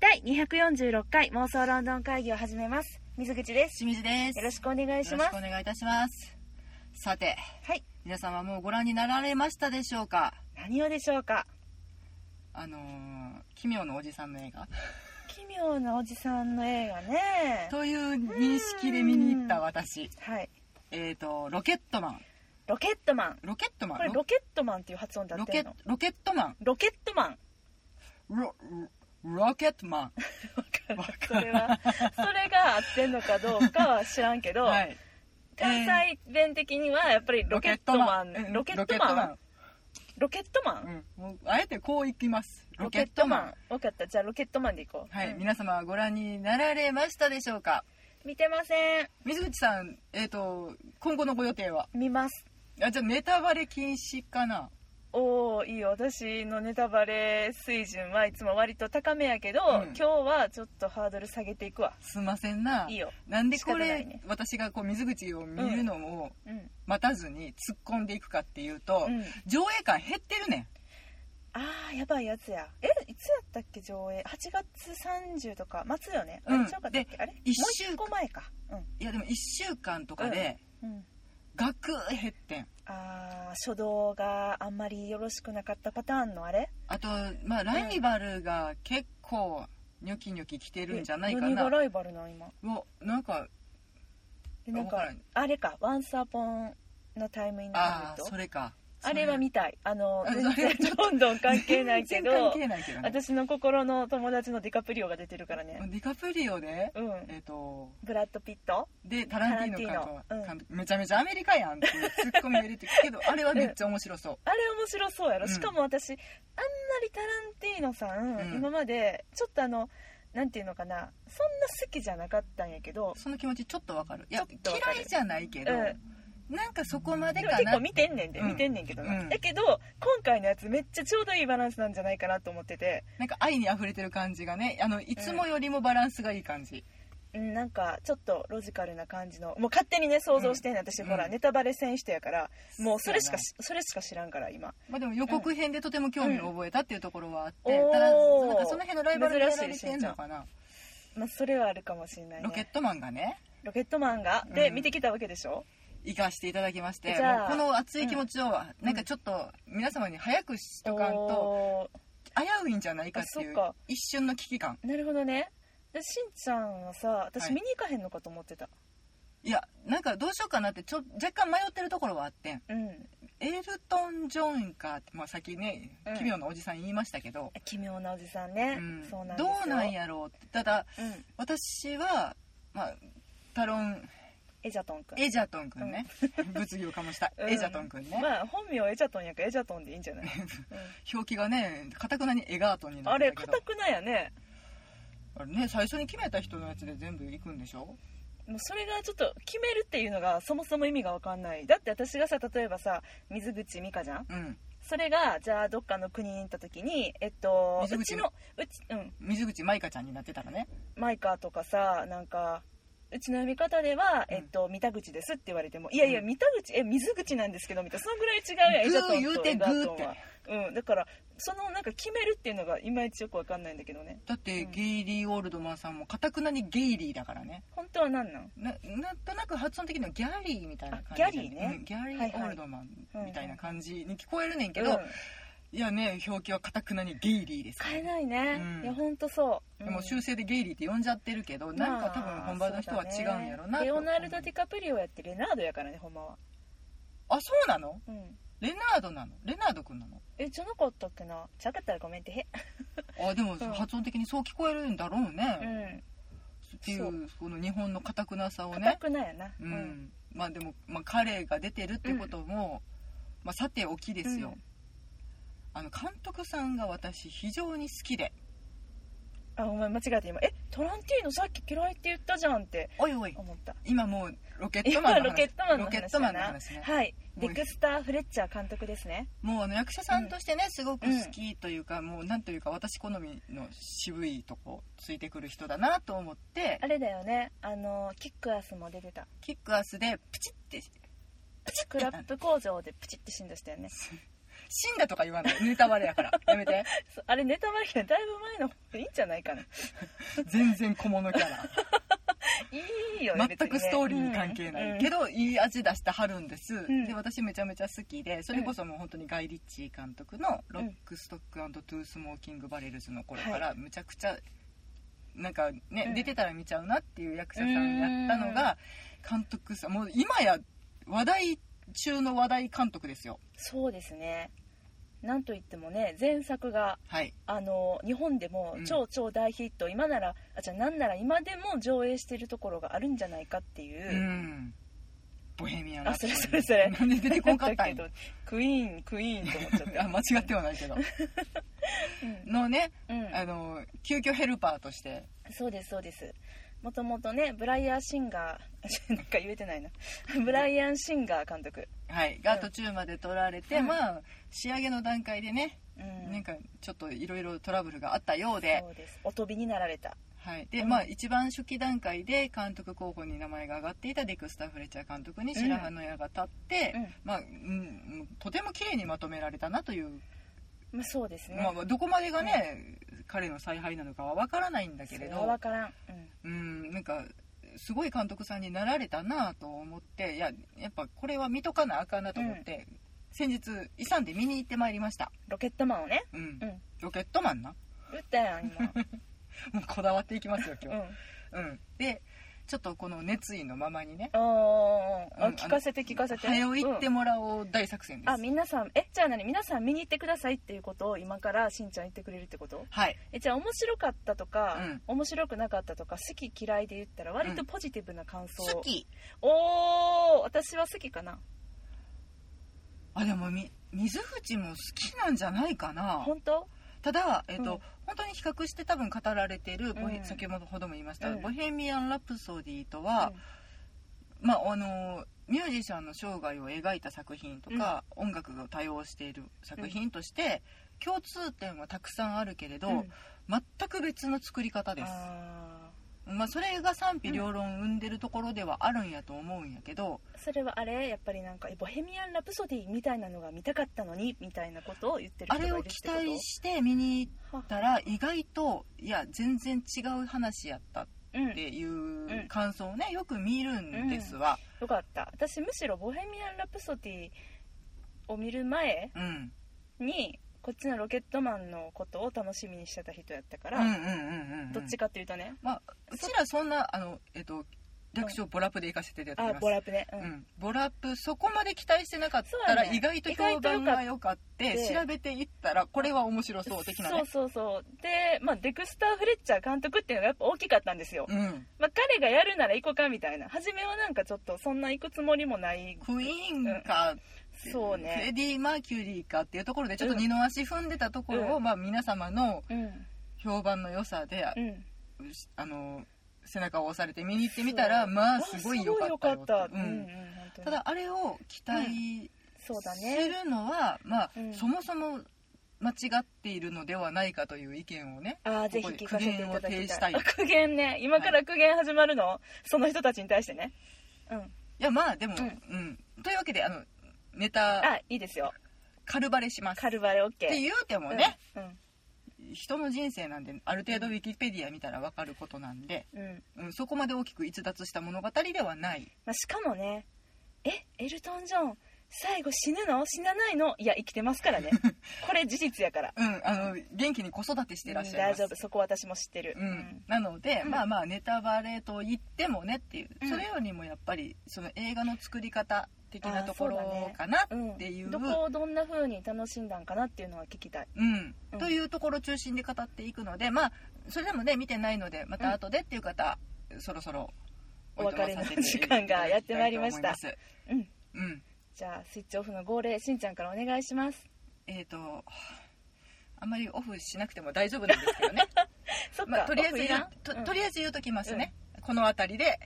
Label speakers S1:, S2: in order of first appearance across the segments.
S1: 第246回妄想ロンドン会議を始めます。水口です。
S2: 清水です
S1: よろしくお願いします
S2: よろ。くお願いいたしますさて
S1: はい。
S2: 皆さんはもうご覧になられましたでしょうか
S1: 何をでしょうか
S2: あのー奇妙なおじさんの映画
S1: 奇妙なおじさんの映画ね。
S2: という認識で見に行った私
S1: はい。
S2: えっ、とロケットマン
S1: ロケットマン。
S2: ロケットマ
S1: こ
S2: ン
S1: れロケットマンっていう発音だ
S2: ロ
S1: っ
S2: ケ
S1: て
S2: ッ
S1: んの
S2: ロケットマン
S1: ロケットマン。
S2: ロロロケットマ
S1: わからん それは、それが合ってんのかどうかは知らんけ
S2: ン
S1: ど、
S2: はい
S1: 関西弁的にはやっぱりロケットマン。ロ
S2: ロ
S1: ケ
S2: ケ
S1: ッ
S2: ッ
S1: ト
S2: ト
S1: マ
S2: マ
S1: ン
S2: ン。
S1: ロケットマン。
S2: うんもうあえてこういきますロケットマン。
S1: 分かった。じゃあロケットマンでいこう。
S2: はい、
S1: うん
S2: 皆様はご覧になられましたでしょうか
S1: 見てません。
S2: 水口さん、えっ、と、今後のご予定は
S1: 見ます。
S2: あ、じゃあネタバレ禁止かな
S1: おーいいよ私のネタバレ水準はいつも割と高めやけど、
S2: う
S1: 今
S2: ん
S1: 日はちょっとハードル下げていくわ
S2: すんませんな。
S1: いいよ
S2: なんでこ
S1: 仕方な
S2: れ、
S1: いね
S2: 私がこう水口を見るのを
S1: うん
S2: 待たずに突っ込んでいくかっていうと、
S1: うん
S2: 上映感減ってるね
S1: あーやばいやつやえいつやったっけ上映8月30とか末よね、
S2: うん
S1: あれちゃうかったっけあれもう
S2: 一週
S1: 一個前か
S2: ん。いやでも1週間とかで、
S1: うん、うん、
S2: ガクッ減ってん。
S1: あー初動があんまりよろしくなかったパターンのあれ
S2: あと、まあライバルが結構、ニョキニョキ来てるんじゃないか
S1: 何が
S2: な。
S1: ライバルなん今
S2: もうなんか、
S1: でなんか
S2: わからん
S1: あれか「ワンスアポンのタイムイン
S2: あ
S1: ハ
S2: あ、
S1: リウッ
S2: そ
S1: ド
S2: れか。
S1: あれは見たいあの
S2: あそれ
S1: 全然ロンドン関係ないけど
S2: 全然関係ないけどね。
S1: 私の心の友達のディカプリオが出てるからね
S2: ディカプリオで、
S1: うん
S2: えっ、と、
S1: ブラッド・ピット
S2: でタランティーノ
S1: タ
S2: 監
S1: ランティーノう
S2: 督
S1: ん
S2: 監督めちゃめちゃアメリカやんっていうツッコミを入れてくけ どあれはめっちゃ面白そう
S1: あれ面白そうやろ、
S2: うん
S1: しかも私あんまりタランティーノさん、
S2: うん
S1: 今までちょっとあのなんていうのかなそんな好きじゃなかったんやけど
S2: その気持ちちょっとわかるいや
S1: ちょっとわかる
S2: 嫌いじゃないけど、なんかそこまで
S1: でも
S2: か
S1: 結
S2: な
S1: 構見てんねんで、
S2: うん
S1: 見てんねんけどな、
S2: うん
S1: だけど今回のやつめっちゃちょうどいいバランスなんじゃないかなと思ってて
S2: なんか愛に溢れてる感じがねあのいつもよりもバランスがいい感じ、
S1: うんなんかちょっとロジカルな感じのもう勝手にね想像してんねん、私
S2: うん
S1: ほらネタバレせん人やからもうそれしか
S2: そう
S1: しそれしか知らんから今
S2: まあ、でも予告編でとても興味を覚えたっていうところはあって、
S1: うん
S2: ただ
S1: おー
S2: なんかその辺のライバルにやられてんのかな、
S1: まあ、それはあるかもしれないね
S2: ロケットマンがね
S1: ロケットマンがで、
S2: うん
S1: 見てきたわけでしょ
S2: 行かしていただきまして
S1: じゃあ
S2: もうこの熱い気持ちを、なんかちょっと皆様に早くしとかんと
S1: お
S2: 危ういんじゃないかって
S1: あ
S2: いう
S1: そっか
S2: 一瞬の危機感
S1: ーなるほどねでしんちゃんはさ私
S2: はい
S1: 見に行かへんのかと思ってた、
S2: いやなんかどうしようかなってちょ若干迷ってるところはあってん
S1: うん
S2: エルトン・ジョンかって、まあ、さっきね
S1: うん
S2: 奇妙なおじさん言いましたけど、
S1: 奇妙なおじさんね、
S2: うん
S1: そうなんです
S2: ど
S1: よ
S2: うなんやろうってただ
S1: うん
S2: 私は、まあ、タロン
S1: エジャトン君
S2: エジャトン君ね、物議を醸した
S1: うん
S2: エジャトン君ね、
S1: まあ本名エジャトンやからエジャトンでいいんじゃ ない、
S2: 表記がねかたくなにエガートンに
S1: うん
S2: なっ
S1: あ
S2: て
S1: れ
S2: るけ
S1: か
S2: ど
S1: たくなやね
S2: あれね最初に決めた人のやつで全部行くんでしょ
S1: もうそれがちょっと決めるっていうのがそもそも意味が分かんないだって私がさ例えばさ水口美香じゃん
S2: うん
S1: それがじゃあどっかの国に行った時にえっと
S2: 水口
S1: うちのうちうん
S2: 水口舞香ちゃんになってたらね
S1: マイカーとかさなんかうちの呼び方では、
S2: うん
S1: えっと、三田口ですって言われても、いやいや、
S2: う
S1: 三田口、え、水口なんですけど、みたいな、そのぐらい違うやん、エジャトン
S2: グー言
S1: と
S2: うて
S1: エガー
S2: グー
S1: ト
S2: っ
S1: ンは
S2: て。
S1: うん、だから、その、なんか決めるっていうのが、いまいちよくわかんないんだけどね。
S2: だって、
S1: うん
S2: ゲイリー・オールドマンさんもかたくなにゲイリーだからね
S1: 本当は何なん
S2: ななんとなく発音的にはギャリーみたいな感じ
S1: あギャリーね
S2: うんギャ
S1: は
S2: リ
S1: いはい
S2: ー・オールドマンみたいな感じに聞こえるねんけど、
S1: うん
S2: いやね表記はかたくなにゲイリーですから
S1: 変え
S2: ね
S1: ないね。
S2: うん
S1: いや、本当そう。
S2: でも
S1: うん
S2: 修正でゲイリーって呼んじゃってるけど、なんか多分本場の人は違うんやろな
S1: まあそうだね
S2: と
S1: レオ
S2: 思う
S1: ナルド・ディカプリオやって、レナードやからね、ほんまは。
S2: あそうなの
S1: うん。
S2: レナードなのレナード君なの
S1: え、じゃなかったっけな。ちゃかったらごめんって、へ。
S2: あでも
S1: ん
S2: 発音的にそう聞こえるんだろうね、
S1: う
S2: っ
S1: ん。
S2: ていうこの日本のかたくなさを
S1: か
S2: ね
S1: くなやな。
S2: うん、。まあでも、まあ、彼が出てるってことも、まあ、さておきですよ、
S1: うん
S2: あの監督さんが私非常に好きで
S1: あ、お前間違えて今、え、トランティーノさっき嫌いって言ったじゃんって
S2: おいおい
S1: 思った。
S2: 今もうロケット
S1: 今
S2: マンの話
S1: ロケットマンの話だ
S2: ロケ
S1: な
S2: ットマンの話ね
S1: はい
S2: も
S1: デ
S2: う
S1: クスター・フレッチャー監督ですね
S2: もうあの役者さんとしてね、すごく好きというか、もうなんというか私好みの渋いとこついてくる人だなと思って
S1: あれだよねあのキックアスも出てた
S2: キックアスでプチって
S1: スクラップ工場でプチって死んだ人よね
S2: 死んだとか言わないネタバレやからやめて
S1: そうあれネタバレがだいぶ前の方がいいんじゃないかな
S2: 全然小物キャラ
S1: いいよね
S2: 全くストーリーに関係ない、け
S1: ど、
S2: どいい味出してはるんです、
S1: ん
S2: で私めちゃめちゃ好きでそれこそもう本当にガイ・リッチー監督の「ロック・ストック・トゥー・スモーキング・バレルズ」の頃からむちゃくちゃなんかね、
S1: うん
S2: 出てたら見ちゃうなっていう役者さんやったのが監督さんもう今や話題中の話題監督ですよ
S1: そうですねなんといってもね前作が
S2: はい
S1: あの日本でも
S2: うん
S1: 超超大ヒット、今ならあじゃあなんなら今でも上映してるところがあるんじゃないかっていうう、
S2: んボヘミアン・
S1: あそれそれそれ
S2: なんで出てこんかったんや
S1: だけどクイーンクイーンと思っちゃって
S2: あ間違ってはないけど のね
S1: うんうん
S2: あの急遽ヘルパーとして
S1: そうですそうですもともとねブライアン・シンガー なんか言えてないなブライアン・シンガー監督、
S2: はい、
S1: う
S2: が
S1: ん
S2: 途中まで取られて、
S1: うん
S2: まあ仕上げの段階でね、
S1: うん、
S2: なんかちょっといろいろトラブルがあったようで,、
S1: そうですお飛びになられた
S2: はいで
S1: うん
S2: まあ、一番初期段階で監督候補に名前が挙がっていたデクスター・フレッチャー監督に白羽の矢が立って、
S1: うん
S2: まあうん、とても綺麗にまとめられたなという、
S1: まあそうですね、
S2: まあ、どこまでがね、彼の采配なのかは分からないんだけ
S1: そ
S2: れ
S1: れは
S2: ど
S1: 分からん、うん
S2: うんなんかすごい監督さんになられたなと思っていややっぱこれは見とかなあかんなと思って、先日遺産で見に行ってまいりました、
S1: ロケットマンをね
S2: うん
S1: うん
S2: ロケットマンな
S1: 打ったやん今、
S2: もうこだわっていきますよ
S1: う
S2: 今
S1: ん、
S2: 日、うん、でちょっとこの熱意のままにね
S1: あーあ
S2: うん
S1: 聞かせて聞かせて
S2: 早う行って
S1: うん
S2: もらおう大作戦です、
S1: あ皆さんえじゃあ何皆さん見に行ってくださいっていうことを今からしんちゃん言ってくれるってこと
S2: はい
S1: えじゃあ面白かったとか、
S2: うん
S1: 面白くなかったとか好き嫌いで言ったら割とポジティブな感想、
S2: 好き
S1: おお私は好きかな
S2: あでもみ水口も好きなんじゃないかな
S1: 本当
S2: ただ、えっ
S1: う
S2: と
S1: ん
S2: 本当に比較して多分語られてるボヘ、
S1: うん
S2: 先ほども言いました、
S1: うん
S2: ボヘミアン・ラプソディとは、まああのーミュージシャンの生涯を描いた作品とか、音楽が多様している作品として、共通点はたくさんあるけれど、
S1: うん
S2: 全く別の作り方です、
S1: あ
S2: まあ、それが賛否両論生んでるところではあるんやと思うんやけど、
S1: ーそれはあれやっぱりなんかえ「ボヘミアン・ラプソディ」みたいなのが見たかったのにみたいなことを言ってる
S2: あ
S1: 人
S2: れ
S1: が
S2: を
S1: いるって
S2: 期
S1: こと
S2: 待して見に行っ
S1: は
S2: たら意外といや全然違う話やったっ
S1: うん
S2: てい
S1: ん
S2: う感想をねよく見るんですわ、
S1: よかった私むしろ「ボヘミアン・ラプソディ」を見る前
S2: うんうん、
S1: にこっちのロケットマンのことを楽しみにしてた人やったか
S2: う
S1: ら、
S2: んうんうんうん
S1: どっちかっていうとね
S2: まあうちらそんなあのえっと略称ボラップで行かせていただき
S1: あ
S2: ます
S1: ボラップね、う
S2: うんん、ボラップそこまで期待してなかった
S1: そうや
S2: ら
S1: ね
S2: 意外と評判が良かっ
S1: 意外
S2: て
S1: と良か
S2: 調べていったらこれは面白そう的なね
S1: そうそうそうで、まあ、デクスター・フレッチャー監督っていうのがやっぱ大きかったんですよ、
S2: うん、
S1: まあ、彼がやるなら行こうかみたいな初めはなんかちょっとそんな行くつもりもない
S2: クイーンか、
S1: そう
S2: フレ
S1: ね
S2: ディ・マーキュリーかっていうところでちょっと二の足踏んでたところを、
S1: うん
S2: まあ、皆様の
S1: うん
S2: 評判の良さで、
S1: うん
S2: あの背中を押されて見に行ってみたらまあすごい良かった
S1: す
S2: よ
S1: ごい良かっ
S2: って
S1: たうんうん
S2: うん
S1: 本当に
S2: ただあれを期待
S1: そうだ
S2: す
S1: ね
S2: るのは、まあ
S1: うん
S2: そもそも間違っているのではないかという意見をね
S1: ああ
S2: こ
S1: ぜ
S2: こ
S1: ひ
S2: で
S1: 聞かせていただ
S2: 苦言
S1: き
S2: を呈したた
S1: い
S2: い
S1: あ苦言ね今から苦言始まるの、その人たちに対してねうん
S2: いやまあでも、
S1: う
S2: うんんというわけであのネタ
S1: あいいですよ
S2: 軽バレしますっ
S1: カルバレ OK ってう
S2: 言うてもね、
S1: ん
S2: 人の人生なんである程度ウィキペディア見たら分かることなんで、
S1: うん、うん
S2: うん、そこまで大きく逸脱した物語ではない
S1: まあ、しかもねえエルトン・ジョン最後死ぬの死なないのいや生きてますから ねこれ事実やから
S2: うんあの元気に子育てしてらっしゃいます、
S1: うん大丈夫そこ私も知ってる
S2: うんなので、
S1: うん
S2: まあまあネタバレと言ってもねっていう、
S1: うん
S2: それよりもやっぱりその映画の作り方的なとこ
S1: あーそうだ
S2: ろ
S1: ね
S2: かな
S1: うん
S2: っていう、
S1: どこをどんな風に楽しんだんかなっていうのは聞きたい
S2: うん
S1: うん
S2: というところを中心で語っていくのでまあそれでもね見てないのでまた後でっていう方、そろそろ
S1: お別れの時間がやってまいりました
S2: おいとまさせて
S1: う
S2: い
S1: ん
S2: ただきたいと思いますうん
S1: じゃあスイッチオフの号令しんちゃんからお願いします
S2: えっ、とあんまりオフしなくても大丈夫なんですけ どね、
S1: そっか、
S2: まあ、とりあえ
S1: オ
S2: ず
S1: フい
S2: 言
S1: ら
S2: うんと
S1: うん
S2: とりあえず言うときますね、この辺りで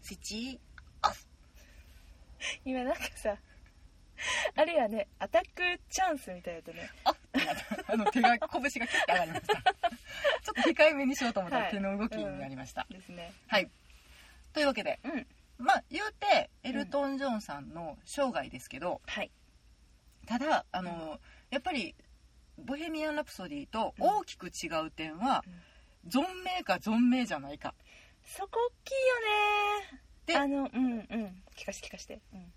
S2: スイッチオフ
S1: 今なんかさあれやねアタックチャンスみたいだったね
S2: あってなったあの手が拳がキュッて上がりまし たちょっと控えめにしようと思ったら
S1: はい
S2: 手の動きになりました、
S1: ですね
S2: はいというわけで
S1: うん
S2: まあ言うてエルトン・ジョンさんの生涯ですけど
S1: はい
S2: ただあの、やっぱり「ボヘミアン・ラプソディ」と大きく違う点は、存命か存命じゃないか
S1: そこ大きい
S2: で
S1: よねあのうんうん聞かして聞かして、うん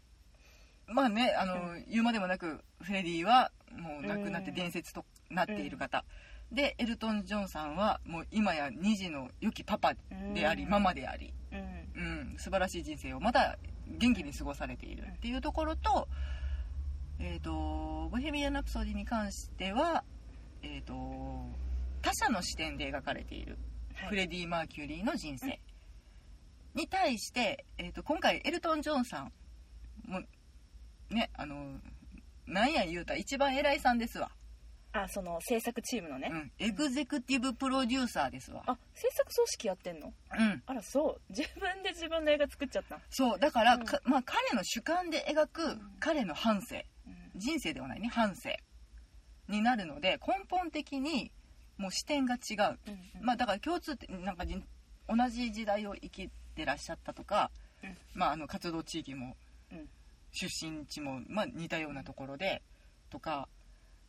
S2: まあねあの、言うまでもなくフレディはもう亡くなって
S1: うん
S2: 伝説となっている方、でエルトン・ジョンさんはもう今や2児の良きパパであり、
S1: うん
S2: ママであり、
S1: うん
S2: うん、素晴らしい人生をまだ元気に過ごされているっていうところと,、えー、と「ボヘミアン・ラプソディ」に関しては、えー、と他者の視点で描かれている
S1: はい
S2: フレディ・マーキュリーの人生に対して、えー、と今回エルトン・ジョンさんもねあのなんや言うたら一番偉いさんですわ、
S1: あその制作チームのね、
S2: うん、エグゼクティブプロデューサーですわ、
S1: あ制作組織やってんの
S2: うん、
S1: あらそう自分で自分の映画作っちゃった、
S2: そうだから、
S1: うん
S2: かまあ、彼の主観で描く彼の半生
S1: うん
S2: 人生ではないね半生になるので根本的にもう視点が違う、
S1: うんうん
S2: まあ、だから共通ってなんかじん同じ時代を生きてらっしゃったとか、
S1: うん
S2: まあ、あの活動地域も、
S1: うん
S2: 出身地も、まあ、似たようなところでとか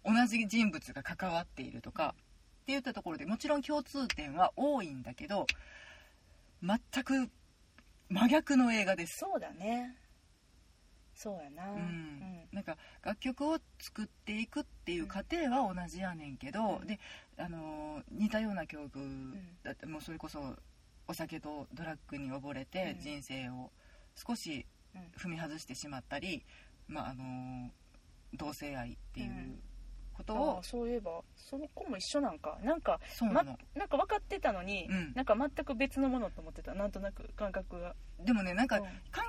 S2: 同じ人物が関わっているとかっていったところでもちろん共通点は多いんだけど全く真逆の映画です。
S1: そうだねそうやな、
S2: う
S1: うん
S2: んなんか楽曲を作っていくっていう過程は同じやねんけど、
S1: うん
S2: であのー似たような境遇
S1: ん
S2: だってもうそれこそお酒とドラッグに溺れて
S1: うん
S2: 人生を少し
S1: うん
S2: 踏み外してしまったり、まああのー同性愛っていううんことを、
S1: ああそういえばその子も一緒なんかなんか
S2: そうなの、
S1: なんか分かってたのに、
S2: うん
S1: なんか全く別のものと思ってたなんとなく感覚が
S2: でもねなん
S1: う
S2: か
S1: ん
S2: 考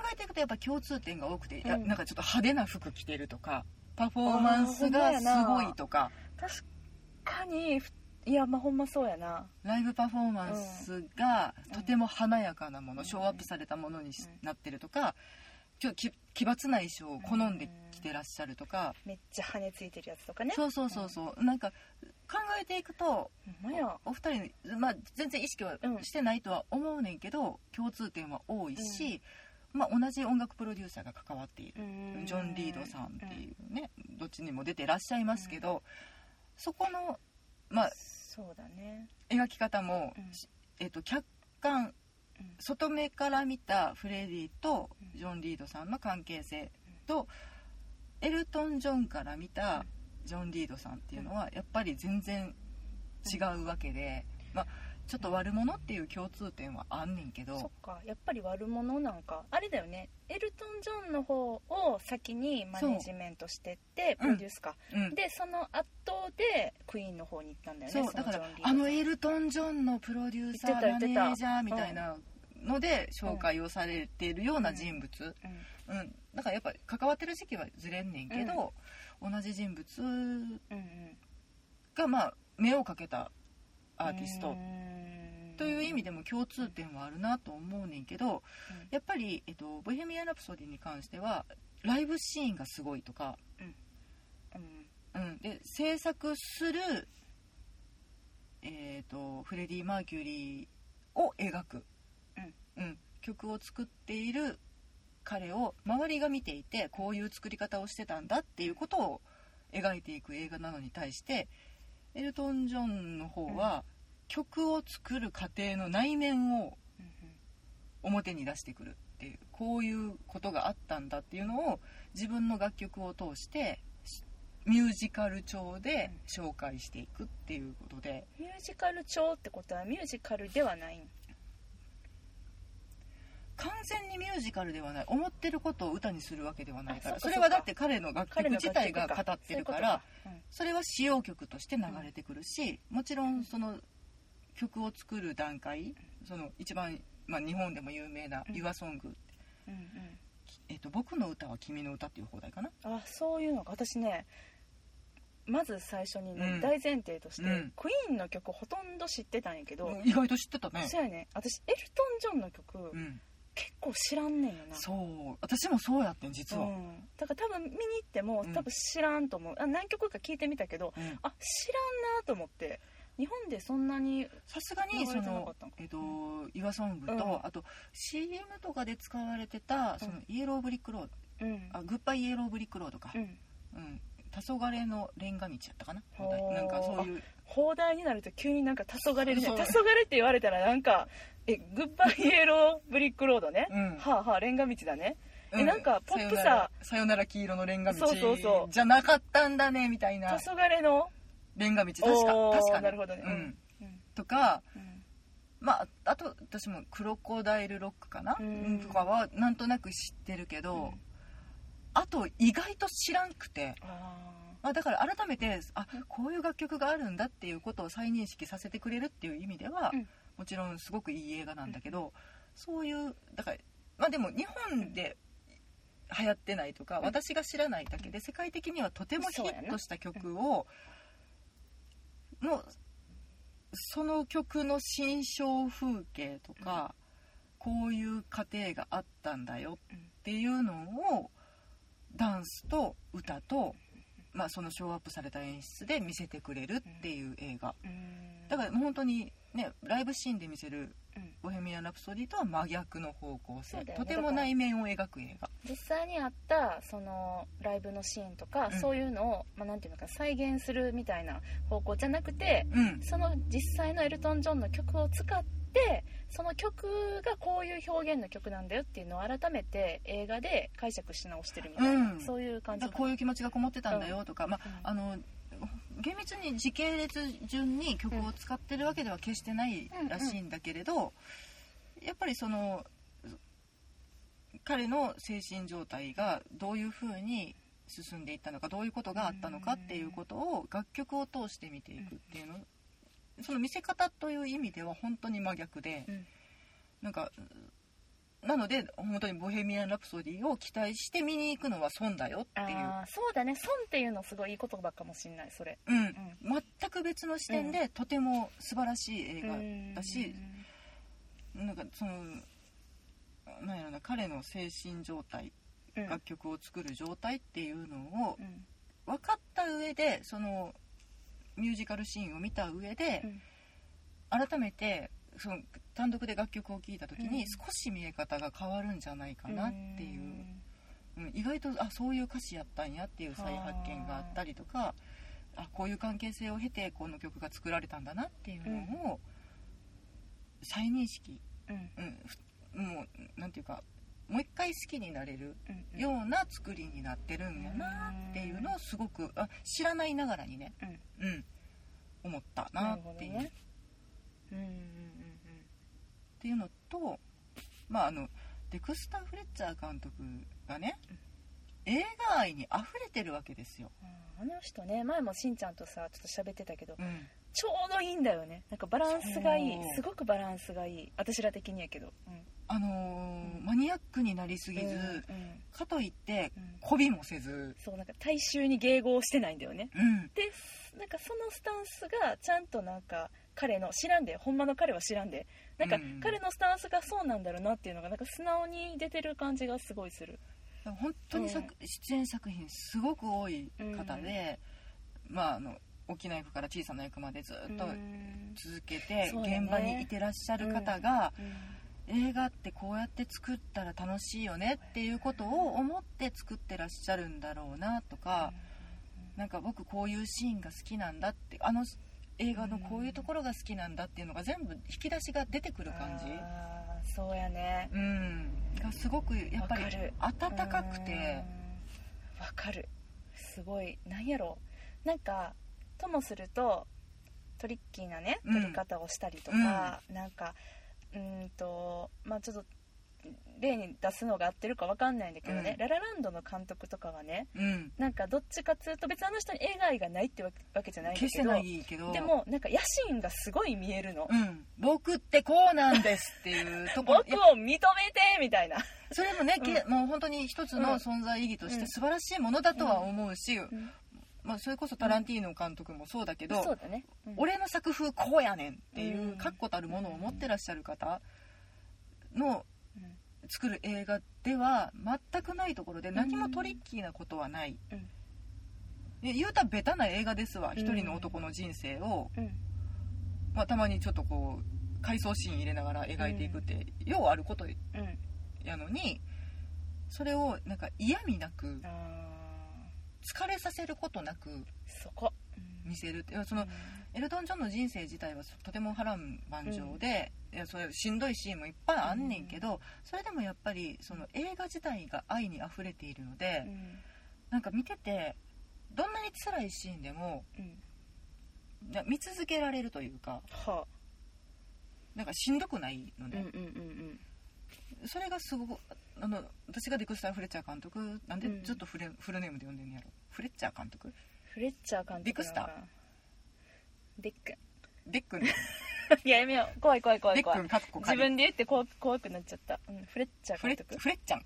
S2: えていくとやっぱ共通点が多くて、いや
S1: うん
S2: なんかちょっと派手な服着てるとかパフォーマンスがすごいとか。
S1: 確かにふいやまあほんまそうやな
S2: ライブパフォーマンスが
S1: うん
S2: とても華やかなもの、
S1: うん
S2: ショーアップされたものにし
S1: うん
S2: なってるとかちょっとき奇抜な衣装を好んで着てらっしゃるとか、
S1: めっちゃ羽ついてるやつとかね
S2: そうそうそうそうなんか考えていくと
S1: ほんまや
S2: お二人の、まあ、全然意識は
S1: うん
S2: してないとは思うねんけど共通点は多いし、まあ、同じ音楽プロデューサーが関わっている、ジョン・リードさんって
S1: う
S2: いうね、どっちにも出てらっしゃいますけど、そこの、まあ、
S1: そうだね
S2: 描き方も、
S1: うん
S2: しえっと客観
S1: うん
S2: 外目から見たフレディと
S1: うん
S2: ジョン・リードさんの関係性とエルトン・ジョンから見たジョン・リードさんっていうのはやっぱり全然違うわけで、まあ、ちょっと悪者っていう共通点はあんねんけ
S1: そっ
S2: ど
S1: かやっぱり悪者なんかあれだよねエルトン・ジョンの方を先にマネジメントしてって
S2: そ
S1: プ
S2: う
S1: ロデュースか、
S2: うん
S1: でその後でクイーンの方に行ったんだよね
S2: そうだか
S1: ジ
S2: ら
S1: ョンリードさ
S2: あ
S1: ん
S2: のエルトン・ジョンのプロデューサー
S1: 言ってた言っ
S2: マネ
S1: てた
S2: ージャーみたいなので紹介をされているような
S1: うん
S2: 人物、
S1: うん
S2: うん、だからやっぱ関わってる時期はずれんねんけど、同じ人物
S1: うんうん
S2: がまあ目をかけたアーティス
S1: う
S2: ト
S1: ーん
S2: という意味でも共通点はあるなと思うねんけど
S1: うん
S2: やっぱり、えっと「ボヘミアン・ラプソディ」に関してはライブシーンがすごいとか、
S1: うん
S2: うん、で制作する、えっとフレディ・マーキュリーを描く、うん、曲を作っている彼を周りが見ていてこういう作り方をしてたんだっていうことを描いていく映画なのに対してエルトン・ジョンの方は曲を作る過程の内
S1: うん
S2: 面を
S1: うん
S2: 表に出してくるっていうこういうことがあったんだっていうのを自分の楽曲を通してしミュージカル調で紹介していくっていうことで
S1: ミュージカル調ってことはミュージカルではないん
S2: 完全にミュージカルではない思ってることを歌にするわけではないから
S1: あ
S2: そ
S1: そっか
S2: れはだって彼の楽曲
S1: 彼の楽
S2: 自
S1: 曲
S2: 体
S1: か
S2: が語ってるから
S1: そういうこ
S2: それは使用曲として流れてくるし、もちろんその曲を作る段階その一番、まあ、日本でも有名な「
S1: うん
S2: YOURSONG、
S1: とかうんうん
S2: えっと僕の歌は君の歌」っていう放題かな。
S1: うんあそういうのが私ねまず最初にね、
S2: うん
S1: 大前提として、
S2: うん
S1: クイーンの曲ほとんど知ってたんやけど、
S2: 意外と知ってたね。
S1: そうやね私エルトン・ジョンの曲、
S2: うん、
S1: 結構知らんねんよな
S2: そう私もそうやってん実は、
S1: うん、だから多分見に行っても
S2: うん
S1: 多分知らんと思う、あ何曲か聞いてみたけど
S2: うん
S1: あ知らんなと思って日本でそんなに
S2: さすがにそ
S1: 流れてなか
S2: の
S1: ったんか
S2: えっと岩ソングと、
S1: うん
S2: あと CM とかで使われてたそのイエローブリックロード、
S1: うん
S2: あグッバイイエローブリックロードか
S1: う、ん
S2: うん黄昏のレンガ道やったかな
S1: ほう
S2: なんかそういう
S1: 放題になると急になんか黄昏ね黄
S2: そう
S1: 昏って言われたらなんかえグッバイイエローブリックロードね、
S2: うん
S1: はあはあレンガ道だねえ
S2: う
S1: なんかポップさ
S2: さよならさよなら黄色のレンガ道
S1: そうそうそう
S2: じゃなかったんだねみた
S1: 黄
S2: いな
S1: 昏の
S2: レンガ道確か
S1: おー
S2: 確かね
S1: なるほどね
S2: う
S1: うんん、うん
S2: とか
S1: うん
S2: まああと私も「クロコダイルロック」かな、
S1: うん
S2: とかはなんとなく知ってるけど、
S1: うん
S2: あと意外と知らんくて、
S1: あ
S2: まあ、だから改めてあこういう楽曲があるんだっていうことを再認識させてくれるっていう意味では、
S1: うん
S2: もちろんすごくいい映画なんだけど、そういうだからまあでも日本で流行ってないとか、
S1: ん
S2: 私が知らないだけで世界的にはとてもヒ
S1: そうや
S2: ッ
S1: な
S2: トした曲を、もうその曲の心象風景とか、こういう過程があったんだよっていうのをダンスと歌と、まあ、そのショーアップされた演出で見せてくれるっていう映画
S1: ーうん
S2: だからもう本当にねライブシーンで見せる
S1: うん
S2: 「ボヘミアン・ラプソディ」とは真逆の方向性、
S1: そうだよ
S2: と
S1: ね
S2: ても内面を描く映画
S1: 実際にあったそのライブのシーンとか、
S2: うん
S1: そういうのを、まあ、なんていうのか再現するみたいな方向じゃなくて
S2: うん
S1: その実際のエルトン・ジョンの曲を使ってその曲がこういう表現の曲なんだよっていうのを改めて映画で解釈し直してるみたいな、
S2: うん
S1: そういう感じ
S2: だからこういう気持ちがこもってたんだよとか、まああの厳密に時系列順に曲を使ってるわけでは決してないらしいんだけれど、やっぱりその彼の精神状態がどういうふうに進んでいったのかどういうことがあったのかっていうことを楽曲を通して見ていくっていうのその見せ方という意味では本当に真逆で、
S1: うん
S2: なんかなので本当に「ボヘミアン・ラプソディ」を期待して見に行くのは損だよっていう
S1: あーそうだね損っていうのすごいいい言葉かもしんないそれ
S2: うん、全く別の視点で、とても素晴らしい映画だし、なんかそのなんやろな彼の精神状態、
S1: うんうん
S2: 楽曲を作る状態っていうのを
S1: うん
S2: 分かった上でそのミュージカルシーンを見た上で、
S1: うん
S2: 改めてその単独で楽曲を聴いた時
S1: う
S2: に、
S1: ん
S2: 少し見え方が変わるんじゃないかなっていう。
S1: ん
S2: うん、意外とあそういう歌詞やったんやっていう再発見があったりとかあこういう関係性を経てこの曲が作られたんだなっていうのを再認識、
S1: うん
S2: うんふもうなんていうかもう一回好きになれる
S1: うんうん
S2: ような作りになってるんやなっていうのをすごくあ知らないながらにね、
S1: うん
S2: うん、思った
S1: な
S2: な
S1: るほ
S2: っ
S1: ど
S2: ていう,、
S1: ねうんうん
S2: っていうのと、まあ、あのデクスター・フレッチャー監督がね映画愛に溢れてるわけですよ。
S1: うんうんあの人ね前もしんちゃんとさちょっと喋ってたけど
S2: うん
S1: ちょうどいいんだよねなんかバランスがいい
S2: そう
S1: すごくバランスがいい私ら的にやけど、うん
S2: あのー
S1: うん
S2: マニアックになりすぎず、
S1: うんうん
S2: かといって
S1: うん
S2: 媚びもせず、
S1: そうなんか大衆に迎合してないんだよね
S2: うん、
S1: でなんかそのスタンスがちゃんとなんか彼の知らんでほんまの彼は知らんでなんか
S2: うん
S1: 彼のスタンスがそうなんだろうなっていうのがなんか素直に出てる感じがすごいする
S2: 本当に作、出演作品すごく多い方で、まあ、あの大きな役から小さな役までずっと
S1: うん
S2: 続けて、
S1: そうよね
S2: 現場にいてらっしゃる方が、映画ってこうやって作ったら楽しいよねっていうことを思って作ってらっしゃるんだろうなとか、なんか僕こういうシーンが好きなんだってあの映画のこういうところが好きなんだっていうのが全部引き出しが出てくる感じ。
S1: あーそうやね
S2: うん、がすごくやっぱり
S1: わかる
S2: 温かくて
S1: うんわかるすごいなんやろなんかともするとトリッキーなね
S2: うん
S1: 撮り方をしたりとか、なんかうーんとまあちょっと例に出すのが合ってるかわかんないんだけどね、
S2: うん
S1: ララランドの監督とかはね
S2: うん
S1: なんかどっちかっつうと別にあの人に映画愛がないってわけじゃないんだ
S2: 決し
S1: け
S2: て
S1: ど
S2: ないけど
S1: でもなんか野心がすごい見えるの、
S2: うん、僕ってこうなんですっていうところ
S1: 僕
S2: いや
S1: を認めてみたいな
S2: それもね、け
S1: う
S2: もう本当に一つ
S1: う
S2: の
S1: ん
S2: 存在意義とし
S1: う
S2: て
S1: ん
S2: 素晴らしいものだとは思うし、
S1: ん
S2: まあ、それこそタランティーノ監督もそうだけど、
S1: そうだね、うん
S2: 俺の作風こうやねんっていううん確固たるものを持ってらっしゃる方の
S1: うん
S2: 作る映画では全くないところで
S1: ん
S2: 何もトリッキーなことはない、
S1: うん
S2: で言うたらベタな映画ですわ
S1: ん
S2: 一人の男の人生を、
S1: うん
S2: まあ、たまにちょっとこう回想シーン入れながら描いていくって、ようあること
S1: うん
S2: やのにそれをなんか嫌味なく
S1: あ
S2: 疲れさせることなく
S1: そこ、うん
S2: 見せるっていやそのエルトン・ジョンの人生自体はとても波乱万丈で、いやそれしんどいシーンもいっぱいあんねんけど、それでもやっぱりその映画自体が愛にあふれているので、
S1: うん
S2: なんか見ててどんなに辛いシーンでも
S1: うん
S2: な見続けられるというか
S1: はあ
S2: なんかしんどくないの
S1: う
S2: で、
S1: んうんうん
S2: それがすごくあの私がデクスター・フレッチャー監督なんで
S1: うん
S2: ずっとフレ、フルネームで呼んでんのやろフレッチャー監督
S1: フレッチャー監督
S2: ビッグスター
S1: なんかビッグ
S2: デックンデ
S1: いややめよう怖い怖い怖い
S2: ッ
S1: 怖
S2: ク
S1: い
S2: ンかっこか
S1: 自
S2: り
S1: 分で言って怖怖くなっちゃった、うん、フレッチャー
S2: フレ
S1: 監
S2: ッ
S1: 督
S2: フレッチャン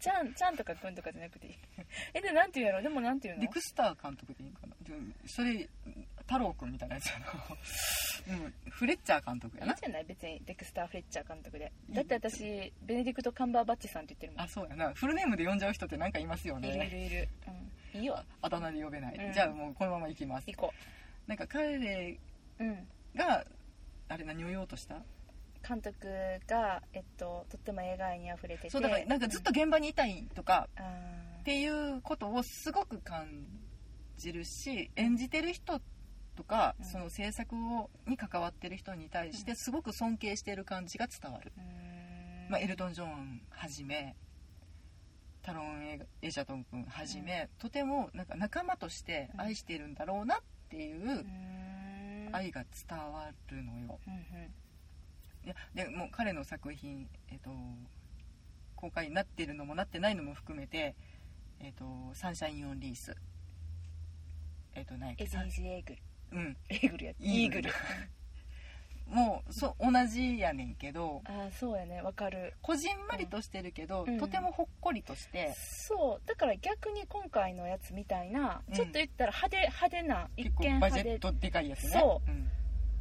S1: ちゃんちゃんとかくんとかじゃなくてい いえでなんて言うやろでもなんて言う
S2: デ
S1: の
S2: クスター監督でいいんかなでそれ太郎くんみたいなや つやなうんフレッチャー監督や
S1: いい
S2: な
S1: じゃない別にデクスター・フレッチャー監督で
S2: いい
S1: だって私ベネディクト・カンバーバッチさんって言ってるも
S2: あそうやなフルネームで呼んじゃう人ってなんかいますよ
S1: んいるい
S2: ね
S1: るいる、うん、いいよ
S2: あだ名で呼べない、
S1: うん
S2: じゃあもうこのまま行きます
S1: 行こ
S2: なんか彼
S1: ううん
S2: があれ何を言おうとした
S1: 監督が、えっと、とっても映画愛にあふれてて
S2: そうだからなんかずっと、現場にいたいとか
S1: うんあ
S2: っ
S1: ー
S2: ていうことをすごく感じるし演じてる人とか、
S1: うん
S2: その制作をに関わってる人に対してすごく尊敬してる感じが伝わる、
S1: うーん
S2: まあ、エルトン・ジョーンはじめタロン・エイシャトン君はじめ、とてもなんか仲間として愛してるんだろうなっていう
S1: うーん
S2: 愛が伝わるのよ
S1: うんうん
S2: いやでもう彼の作品、えっと公開になってるのもなってないのも含めて「えっとサンシャイン・オン・リース」えっとない
S1: エジージエーグル
S2: うん
S1: エーグルやイーグル
S2: もうそ同じやねんけど
S1: ああそうやねわかる
S2: こじんまりとしてるけど、
S1: うん
S2: とてもほっこりとして、
S1: そうだから逆に今回のやつみたいな、
S2: うん
S1: ちょっと言ったら派手派手な一
S2: 結構
S1: 見
S2: バジ
S1: 派
S2: ェッ
S1: 手
S2: トでかいやつね
S1: そ
S2: う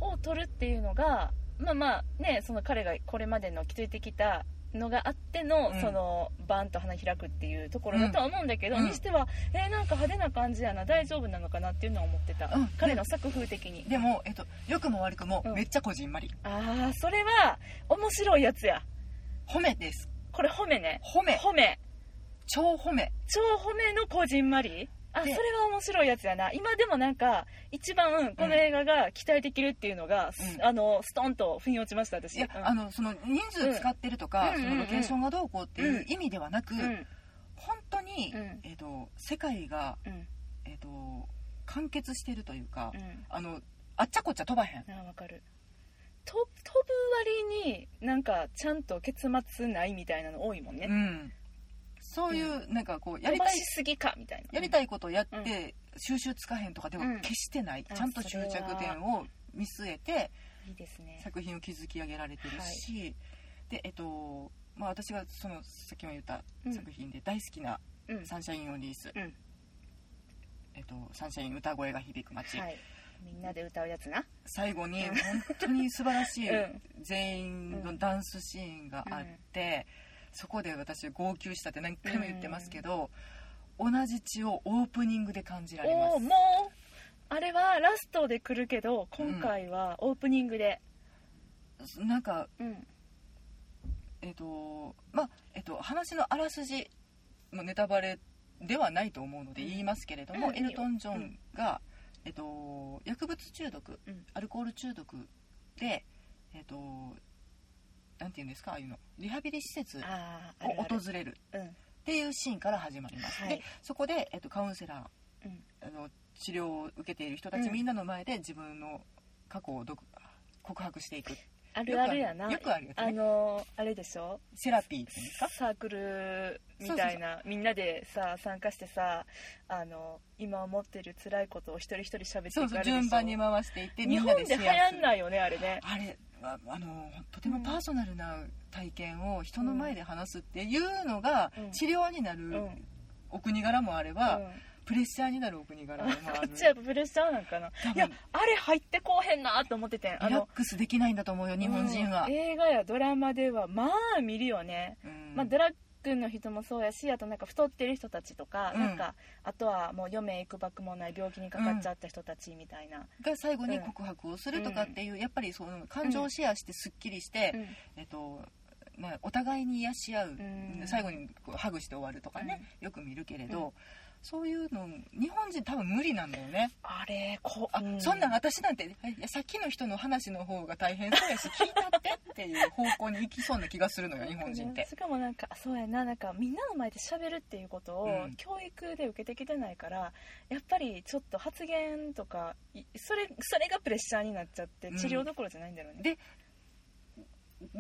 S2: ん
S1: を取るっていうのがまあまあねその彼がこれまでの築いてきたのがあっての、
S2: うん
S1: そのバーンと花開くっていうところだとは思うんだけど、
S2: うん
S1: にしてはえーなんか派手な感じやな大丈夫なのかなっていうのは思ってた、
S2: うん
S1: 彼の作風的に
S2: でも、えっと、良くも悪くも
S1: うん
S2: めっちゃこじんまり、
S1: ああそれは面白いやつや
S2: 褒めです
S1: これ褒めね
S2: 褒め
S1: 褒め
S2: 超褒め
S1: 超褒めのこじんまりあそ
S2: で
S1: れは面白いやつやな今でもなんか一番この映画が期待できるっていうのが、す
S2: うん
S1: あのストンと腑に落ちました私
S2: いや、
S1: うん
S2: あのその人数使ってるとか、
S1: うん
S2: そのロケーションがどうこうっていう意味ではなく、
S1: うん
S2: 本当に、
S1: うん
S2: えっと世界が、
S1: うん
S2: えっと完結してるというか、
S1: うん
S2: あのあっちゃこっちゃ飛ばへん
S1: あわかると飛ぶ割になんかちゃんと結末ないみたいなの多いもんね、
S2: うん、そういう、なんかこうやり
S1: 飛
S2: た
S1: ば
S2: い
S1: しすぎかみたいな
S2: やり
S1: い
S2: たいことをやって、
S1: うん
S2: 収集つかへんとかでは
S1: うん
S2: 決してない、
S1: あ
S2: ちゃんと執着点を見据えて
S1: いいですね
S2: 作品を築き上げられてるし、でえっとまあ、私がそのさっきも言った
S1: うん
S2: 作品で大好きな
S1: うん
S2: 「サンシャイン・オン・リース」
S1: うん
S2: えっと「サンシャイン歌声が響く街」
S1: はいみんなで歌うやつな
S2: 最後に本当に素晴らし い
S1: うん
S2: 全員のダンスシーンがあって、そこで私号泣したって何回も言ってますけど、同じ血をオープニングで感じられま
S1: おお
S2: す
S1: ーもうあれはラストで来るけど今回はオープニングで
S2: なんか
S1: うん
S2: えっ、とまあえっ、と話のあらすじのネタバレではないと思うので言いますけれども、
S1: うん
S2: エルトン・ジョ
S1: う
S2: ン
S1: ん
S2: が、えっ、と薬物中毒、
S1: うん
S2: アルコール中毒でえっ、となんて言うんですかああいうのリハビリ施設
S1: ああある
S2: を
S1: ある
S2: 訪れる
S1: うん
S2: っていうシーンから始まります、
S1: はい
S2: でそこで、えっと、カウンセラー、
S1: うん
S2: あの治療を受けている人たち、
S1: うん
S2: みんなの前で自分の過去をどく告白していく
S1: あるあるやな
S2: よくあるよくあるやつね
S1: あのーあれでしょ
S2: セラピーっていうんですか
S1: サークルみたいなみんなでさ参加してさあの今思ってる辛いことを一人一人喋っていく
S2: そうそう
S1: あれでしょ
S2: 順番に回していってみ
S1: 日
S2: んな
S1: 本
S2: で
S1: で
S2: シェ
S1: 流
S2: アす
S1: 行ん
S2: る
S1: ないよねあれね
S2: あれああのとてもパーソナルな体験を人の前で話すっていうのが
S1: うん
S2: 治療になる、
S1: うん
S2: お国柄もあれば、
S1: うん
S2: プレッシャーになるお国 柄
S1: あ
S2: もあ
S1: こ
S2: る
S1: っちはプレッシャーなんかな
S2: 多分
S1: いやあれ入ってこうへんなと思っててんあ
S2: リラックスできないんだと思うよ日本人は
S1: うん、映画やドラマではまあ見るよね、
S2: うん
S1: まあ、ドラッグの人もそうやしあとなんか太ってる人たちとか,、
S2: うん
S1: なんかあとはもう余命いくばくもない病気にかかっちゃった人たちみたいな、
S2: が最後に告白をするとかっていう、やっぱりその感情をシェアしてすっきりして、
S1: うん
S2: えっとまあお互いに癒し合う、
S1: ん
S2: 最後にこうハグして終わるとかね、よく見るけれど、そういうの日本人多分無理なんだよね
S1: あれこ
S2: あ、
S1: う
S2: そんなん私なんていやさっきの人の話の方が大変 そうやし聞いたってっていう方向に行きそうな気がするのよ日本人って
S1: しかもなんかそうやななんかみんなの前で喋るっていうことを
S2: うん
S1: 教育で受けてきてないから、やっぱりちょっと発言とかいそれそれがプレッシャーになっちゃって
S2: うん
S1: 治療どころじゃないんだろうね、
S2: で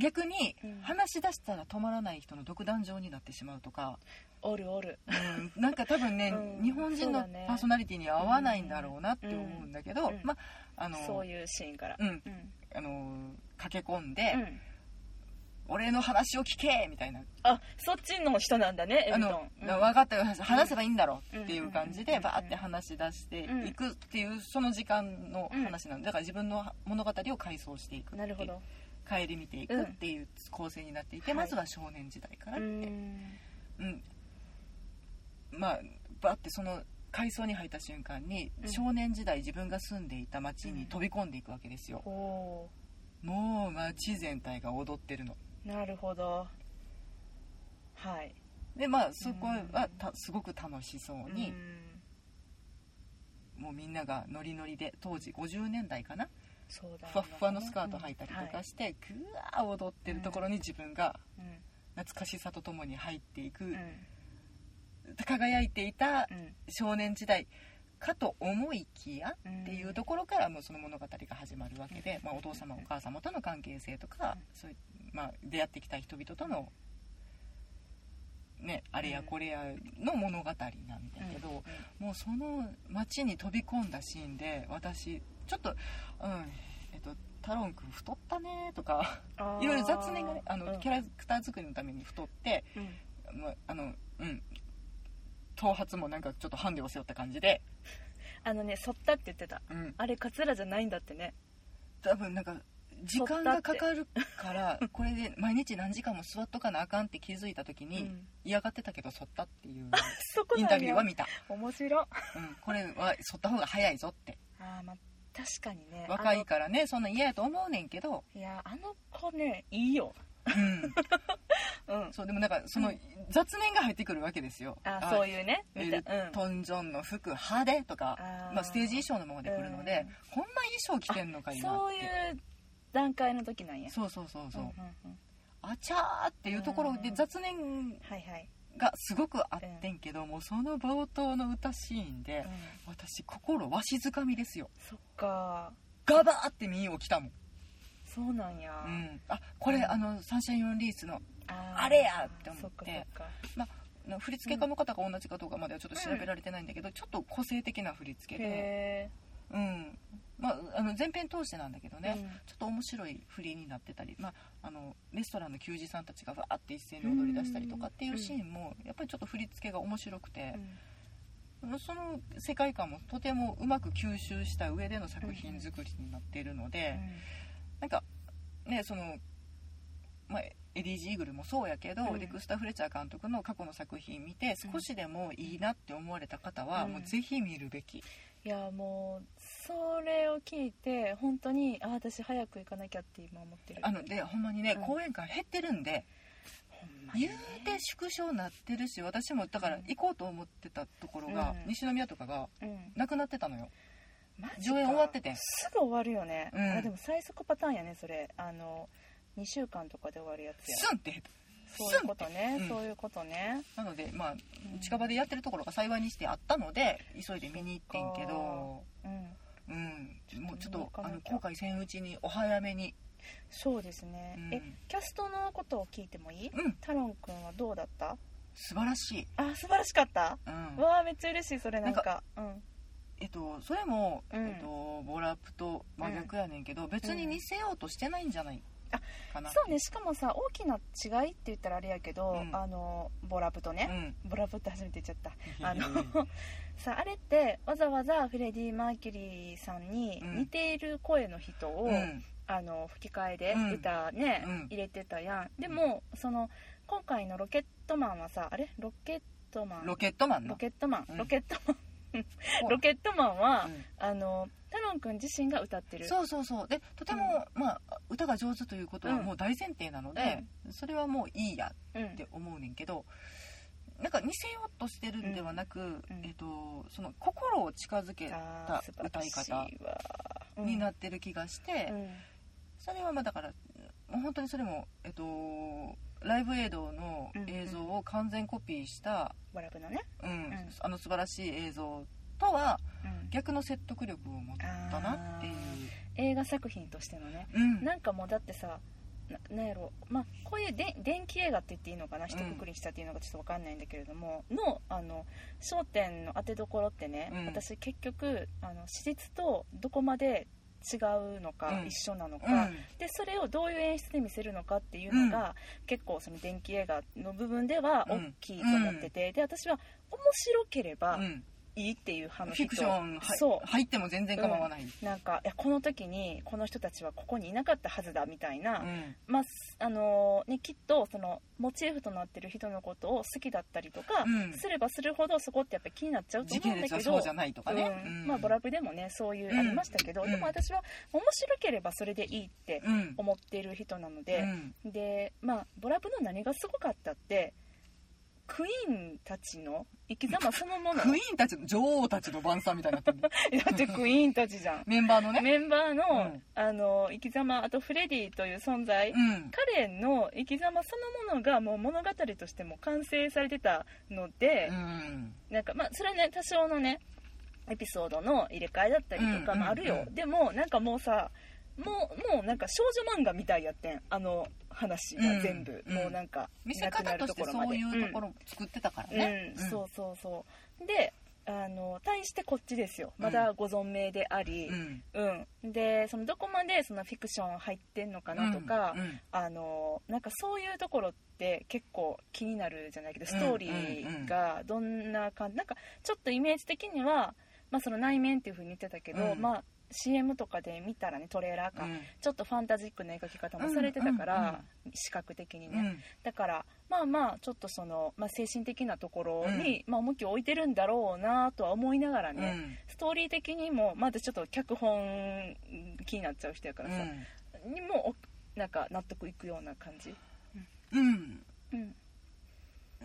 S2: 逆に
S1: うん
S2: 話し出したら止まらない人の独壇場になってしまうとか、
S1: おるおる
S2: うんなんか多分ね、
S1: うん
S2: 日本人の
S1: そうだね
S2: パーソナリティに合わないんだろうなって思うんだけど、
S1: うん
S2: まああの
S1: そういうシーンから
S2: うん
S1: うん、
S2: あの駆け込んで、
S1: うん
S2: 俺の話を聞け!」みたいな
S1: あそっちの人なんだねエ
S2: あ
S1: ルト
S2: の
S1: ン、
S2: 分かったよ話せばいいんだろ
S1: うん
S2: っていう感じ
S1: うん
S2: でバーって話し出していくっていうその時間の話なのだから自分の物語を回想してい
S1: うん、
S2: くって
S1: なる
S2: い
S1: ほ
S2: う
S1: ど
S2: 帰り見ていくっていう構成になっていて、
S1: うん
S2: まずは少年時代から
S1: う
S2: って、
S1: ん
S2: うんまあバーってその階層に入った瞬間に
S1: うん
S2: 少年時代自分が住んでいた町
S1: う
S2: に
S1: ん
S2: 飛び込んでいくわけですよ、
S1: お
S2: もう町全体が踊ってるの
S1: ーなるほどはい
S2: でまあそこはたすごく楽しそうに、
S1: うん
S2: もうみんながノリノリで当時50年代かな
S1: そうだ
S2: ふわっふわのスカート履いたりとか
S1: し
S2: してぐわー踊ってるところに自分が
S1: うんはい
S2: 懐かしさとともに入っていく
S1: うんうん
S2: 輝いていた
S1: うん
S2: 少年時代かと思いきやっていうところからもうその物語が始まるわけで、まあ、お父様お母様との関係性とかそういう、まあ、出会ってきた人々との、ね、あれやこれやの物語なんだけど、もうその街に飛び込んだシーンで私ちょっとうんえっとタロン君太ったねとか
S1: あー
S2: いろいろ雑念がねあの、
S1: うん
S2: キャラクター作りのために太って
S1: うん
S2: まあのうん頭髪もなんかちょっとハンデを背負った感じで、
S1: あのね剃ったって言ってた
S2: うん、
S1: あれカツラじゃないんだってね
S2: 多分なんか時間がかかるからこれで毎日何時間も座っとかなあかんって気づいた時
S1: う
S2: に
S1: ん
S2: 嫌がってたけど剃ったっていう
S1: そこ
S2: イン
S1: な
S2: タ
S1: ん
S2: ビューは
S1: や
S2: 見た、
S1: 面白い
S2: うん、これは剃った方が早いぞって
S1: あーまあ確かにね
S2: 若
S1: あ
S2: い
S1: の
S2: からねそんな嫌やと思うねんけど
S1: いやあの子ねいいよ
S2: うん
S1: うん
S2: そうでもなんかそうの
S1: ん
S2: 雑念が入ってくるわけですよ。
S1: あーそう
S2: う
S1: いうね
S2: エ
S1: 見
S2: ル
S1: たうん
S2: トン・ジョンの服派手とか
S1: あー
S2: まあ、ステージ衣装のままで来るので、こんな衣装着てんのかいなっ
S1: そうい
S2: て
S1: う段階の時なんや
S2: そうそうそうそう、
S1: んんうん
S2: あちゃーっていうところで雑念
S1: はいはい、
S2: がすごくあってんけどもその冒頭の歌シーンで
S1: うん、
S2: 私心わしづかみですよ
S1: そっか
S2: ガバーって耳をきたもん、
S1: そうなんや、
S2: うん、あこれ、
S1: うん
S2: あのサンシャイン・オン・リースの
S1: あー
S2: あれやって思って
S1: そっかそっか
S2: の振り付け家の方が同じかどうかまではちょっと調べられてないんだけど、ちょっと個性的な振り付けで。
S1: へ
S2: うんまあ、あの前編通してなんだけど
S1: え
S2: ね、
S1: うん
S2: ちょっと面白い振りになってたり、まあ、あのレストランの給仕さんたちがわーって一斉に踊り出したりとかっていうシーンもやっぱりちょっと振り付けが面白くて
S1: う、ん
S2: その世界観もとてもうまく吸収した上での作品作りになっているので、なんかねその、まあ、エディ・ジーグルもそうやけど、
S1: うん
S2: でクスタ・フレチャー監督の過去の作品見て少しでもいいなって思われた方は、
S1: うん
S2: もうぜひ見るべき。
S1: いやもうそれを聞いて本当にあ私早く行かなきゃって今思ってる
S2: あのでほんまにね、
S1: うん
S2: 講演会減ってるんで
S1: ほんまに
S2: 言う
S1: ね
S2: て縮小なってるし私もだから行こうと思ってたところが、
S1: うん
S2: 西宮とかが
S1: うん
S2: なくなってたのよ
S1: マジか
S2: 上演終わってて
S1: すぐ終わるよね、
S2: うん
S1: あでも最速パターンやねそれあの2週間とかで終わるやつや
S2: スンって減っ
S1: そういうことね、
S2: すん
S1: そういうことね、
S2: たなのでまあ
S1: うん
S2: 近場でやってるところが幸いにしてあったので急いで見に行ってんけど
S1: うん、
S2: うんもうちょっ
S1: 見に
S2: と
S1: 行か
S2: あ
S1: な
S2: の
S1: きゃ
S2: 後悔せんうちにお早めに
S1: そうですね、
S2: うん
S1: えキャストのことを聞いてもいい
S2: うん
S1: タロン君はどうだった
S2: 素晴らしい、
S1: あ素晴らしかった
S2: うん、
S1: わあめっちゃ嬉しいそれなん
S2: な
S1: かうん
S2: えっとそれも、
S1: うん
S2: えっと、ボラップと真逆やねんけど、別に似せようとしてないんじゃない
S1: あ
S2: かな
S1: そうねしかもさ大きな違いって言ったらあれやけど、
S2: うん
S1: あのボラプと
S2: う
S1: ね、
S2: ん
S1: ボラプって初めて言っちゃった あ のさあれってわざわざフレディ・マーキュリーさんに
S2: うん
S1: 似ている声の人を、
S2: うん
S1: あの吹き替えで
S2: うん
S1: 歌ね、
S2: うん
S1: 入れてたやんでもその今回の「ロケットマン」はさあれロケットマン
S2: ロケットマン
S1: ロ
S2: の
S1: ケットマン、
S2: うん
S1: ロケットマンロケットマンは、
S2: うん
S1: あのタロン君自身が歌ってる
S2: そうそうそうでとても、まあ、歌が上手ということはもう大前提なので、それはもういいや
S1: うん、
S2: って思うねんけど、うなんか似せようとしてるんではなく、
S1: ん
S2: えっとその心を近づけ
S1: あー素晴らしいわうん
S2: になってる気がして、
S1: うん
S2: それはまあだからもう本当にそれもえっとライブエイドの映像を完全コピーした、
S1: ワラブのね、
S2: うん
S1: ん
S2: あの素晴らしい映像とは
S1: うん
S2: 逆の説得力を持ったなっていう、
S1: 映画作品としてのね
S2: うん
S1: なんかもうだってさななんやろまあこういうで電気映画って言っていいのかな一括りにしたっていうのがちょっと分かんないんだけれども、のあの焦点の当てどころってね、
S2: うん
S1: 私結局あの史実とどこまで違うのか、
S2: うん
S1: 一緒なの
S2: うん
S1: か、でそれをどういう演出で見せるのかっていうのが、結構その電気映画の部分では
S2: う
S1: 大
S2: ん
S1: きいと思ってて、で私は面白ければ
S2: うん
S1: いいっていう話と、
S2: フィクション
S1: そう
S2: は入っても全然構わない、
S1: なんかいやこの時にこの人たちはここにいなかったはずだみたいな、
S2: うん
S1: まあすあのーね、きっとそのモチーフとなってる人のことを好きだったりとか
S2: うん
S1: すればするほどそこってやっぱり気になっちゃうと
S2: 時
S1: 思
S2: 系
S1: うんだ
S2: 列は
S1: け
S2: そ
S1: ど
S2: うじゃないとかね、
S1: うん
S2: うん
S1: まあ、ボラブでもねそういうありましたけど、
S2: うん
S1: でも私は面白ければそれでいいって
S2: うん
S1: 思っている人なの
S2: う
S1: で、
S2: ん
S1: で、まあ、ボラブの何がすごかったってクイーンたちの生き様そのもの
S2: クイーンたちの女王たちの晩餐みたいに なってる
S1: だってクイーンたちじゃん
S2: メンバーのね
S1: メンバーの,、
S2: うん
S1: あの生き様あとフレディという存在、
S2: うん
S1: 彼の生き様そのものがもう物語としても完成されてたので、
S2: うん
S1: なんかまあそれはね多少のねエピソードの入れ替えだったりとか
S2: うん
S1: もあるよ、
S2: うんうん
S1: でもなんかもうさもうもうなんか少女漫画みたいやってんあの話が全部、
S2: うん
S1: もうなんか
S2: 見せ方としてそういうところを作ってたから
S1: うん
S2: ね、
S1: うんそうそうそうであの対してこっちですよまだご存命であり、
S2: うん
S1: うん、でそのどこまでそのフィクション入ってんのかなとか、
S2: うんうん
S1: あのなんかそういうところって結構気になるじゃないけどストーリーがどんな感じ、なんかちょっとイメージ的には、まあ、その内面っていうふうに言ってたけど、
S2: うん
S1: まあ、CM とかで見たらねトレーラーか、
S2: うん
S1: ちょっとファンタジックな描き方もされてたから、視覚的にね、だからまあまあちょっとその、まあ、精神的なところに、まあ、重きを置いてるんだろうなとは思いながら
S2: うん
S1: ね、ストーリー的にもまだちょっと脚本気になっちゃう人やから
S2: う
S1: さ、
S2: ん
S1: にもおなんか納得いくような感じ、
S2: うん
S1: うん、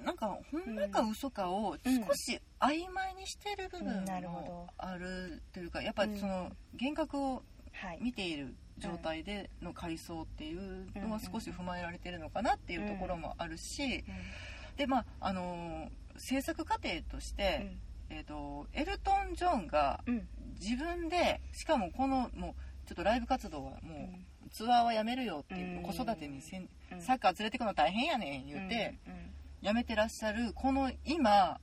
S2: なんかほんまか嘘かを少し曖昧にしてる部
S1: う
S2: 分
S1: んなるほ
S2: も
S1: ど
S2: あるというかやっぱりその幻覚を
S1: はい
S2: 見ている状態での回想っていうのは少し踏まえられてるのかなっていうところもあるしでまああのー制作過程として、えー、とエルトン・ジョンが
S1: うんうん
S2: 自分でしかもこのもうちょっとライブ活動は
S1: う
S2: も
S1: ん
S2: うツアーはやめるよっていううん子育てにせん
S1: うん
S2: サッカー連れてくの大変やねん言って
S1: うんうん
S2: やめてらっしゃるこの今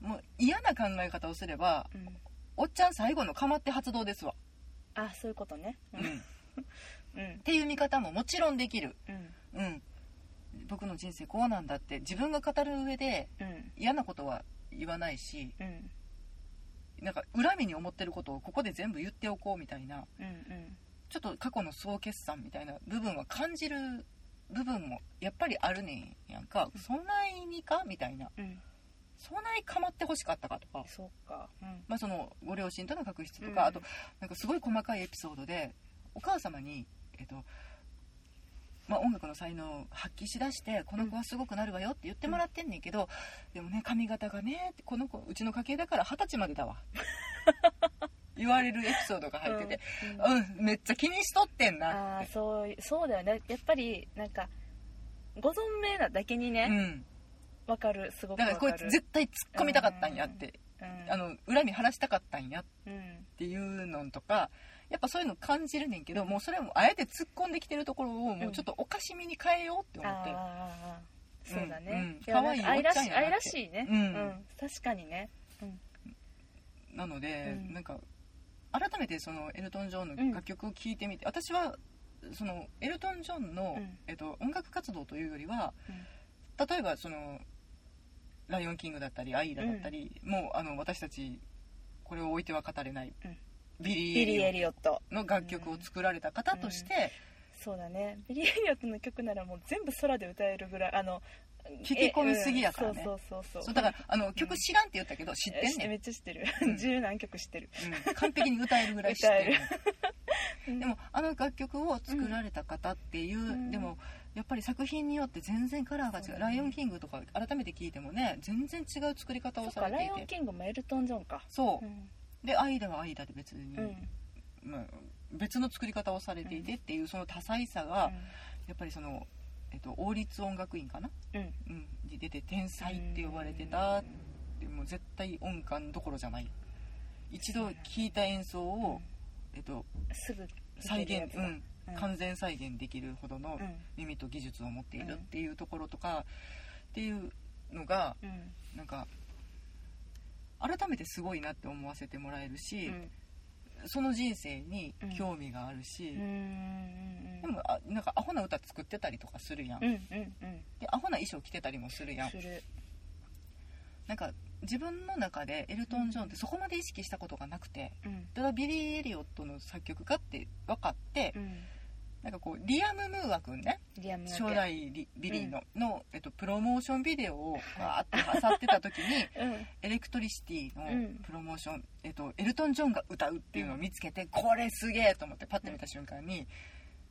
S2: もう嫌な考え方をすれば
S1: うん
S2: おっちゃん最後のかまって発動ですわ、
S1: あそういうことねうん
S2: うんっ
S1: うん
S2: ていう見方ももちろんできる、
S1: うん
S2: うん、僕の人生こうなんだって自分が語る上で
S1: うん
S2: 嫌なことは言わないし
S1: うん
S2: なんか恨みに思ってることをここで全部言っておこうみたいな
S1: うんうん
S2: ちょっと過去の総決算みたいな部分は感じる部分もやっぱりあるねんやんかそないにかみたいな
S1: うん
S2: そないかまってほしかったかとか、
S1: そうかうん
S2: まあ、そのご両親との確執とか、
S1: うん
S2: あとなんかすごい細かいエピソードでお母様に、えっとまあ、音楽の才能を発揮しだしてこの子はすごくなるわよって言ってもらってんねんけど、でもね髪型がねこの子うちの家系だから二十歳までだわ 言われるエピソードが入ってて、
S1: うん
S2: うん、めっちゃ気にしとってん
S1: あ
S2: なっ
S1: あ
S2: て
S1: そうそうだよねやっぱりなんかご存命なだけに
S2: う
S1: ね
S2: ん、
S1: わ、かるすごく
S2: だ
S1: わ
S2: か
S1: からる
S2: こいつ絶対突っ込みたかったんやって、
S1: うん
S2: あの恨み晴らしたかったんやっ
S1: うん
S2: ていうのとかやっぱそういうの感じるねんけどもうそれもあえて突っ込んできてるところをもうちょっとおかしみに変えようって思って、
S1: あーそうだ
S2: うん
S1: ね
S2: うん、
S1: いや
S2: 可愛
S1: なん
S2: い
S1: か愛ら
S2: おっ
S1: し
S2: ちゃん
S1: い
S2: やなって
S1: 愛らしいね、
S2: う
S1: うんん確かにね、
S2: なので、
S1: うん
S2: なんか改めてそのエルトン・ジョンの楽曲を聴いてみて、私はそのエルトン・ジョンの、
S1: うん
S2: えっと、音楽活動というよりは
S1: うん
S2: 例えばその「ライオンキング」だったり「アイーラ」だったり、もうあの私たちこれを置いては語れない、
S1: うん
S2: ビリー・
S1: ビ
S2: エ
S1: リー・エ
S2: リ
S1: リオット
S2: オの楽曲を作られた方として、
S1: そうだねビリー・エリオットの曲ならもう全部空で歌えるぐらいあの
S2: 聞き込みすぎやから
S1: えう
S2: ね
S1: んそうそうそう
S2: そ
S1: そう
S2: うだかららあの曲知らんって言ったけど知ってんねん
S1: めっちゃ知ってる
S2: うん
S1: 十何曲知ってる
S2: うん完璧に歌えるぐらい知ってる
S1: うん
S2: でもあの楽曲を作られた方っていう、
S1: ん
S2: でもやっぱり作品によって全然カラーが違う「
S1: そうね
S2: ライオンキング」とか改めて聞いてもね全然違う作り方
S1: そ
S2: を
S1: っ
S2: さ
S1: か
S2: れ
S1: ライオ
S2: てい
S1: ン
S2: て
S1: キングもエルトン・ジョンか
S2: そううんで「愛だは愛だ」で別に、
S1: うん
S2: まあ、別の作り方をされていてっていうその多彩さが、やっぱりその、えっと、王立音楽院かな、
S1: うん
S2: うん、に出て天才って呼ばれてたってもう絶対音感どころじゃない一度聴いた演奏を、えっと、
S1: すぐ
S2: 再
S1: できる
S2: 現、う
S1: や
S2: ん、
S1: つだ
S2: 完全再現できるほどの
S1: うん
S2: 耳と技術を持っているっていうところとかっていうのが
S1: うん
S2: なんか改めてすごいなって思わせてもらえるし、その人生に興味があるし、
S1: うんうん
S2: でもあなんかアホな歌作ってたりとかするやん、
S1: うんうんうん
S2: でアホな衣装着てたりもするやん
S1: する
S2: なんか自分の中でエルトン・ジョンってそこまで意識したことがなくて
S1: うん
S2: ただビリー・エリオットの作曲家って分かって、
S1: うん
S2: なんかこうリアム・ムーア君ね
S1: リアムだけ
S2: 初代リビリーの,、のえっと、プロモーションビデオをわーって漁ってた時に
S1: うん
S2: エレクトリシティ
S1: う
S2: の
S1: ん
S2: プロモーション、えっと、エルトン・ジョンが歌うっていうのを見つけて、これすげえと思ってパッて見た瞬間に、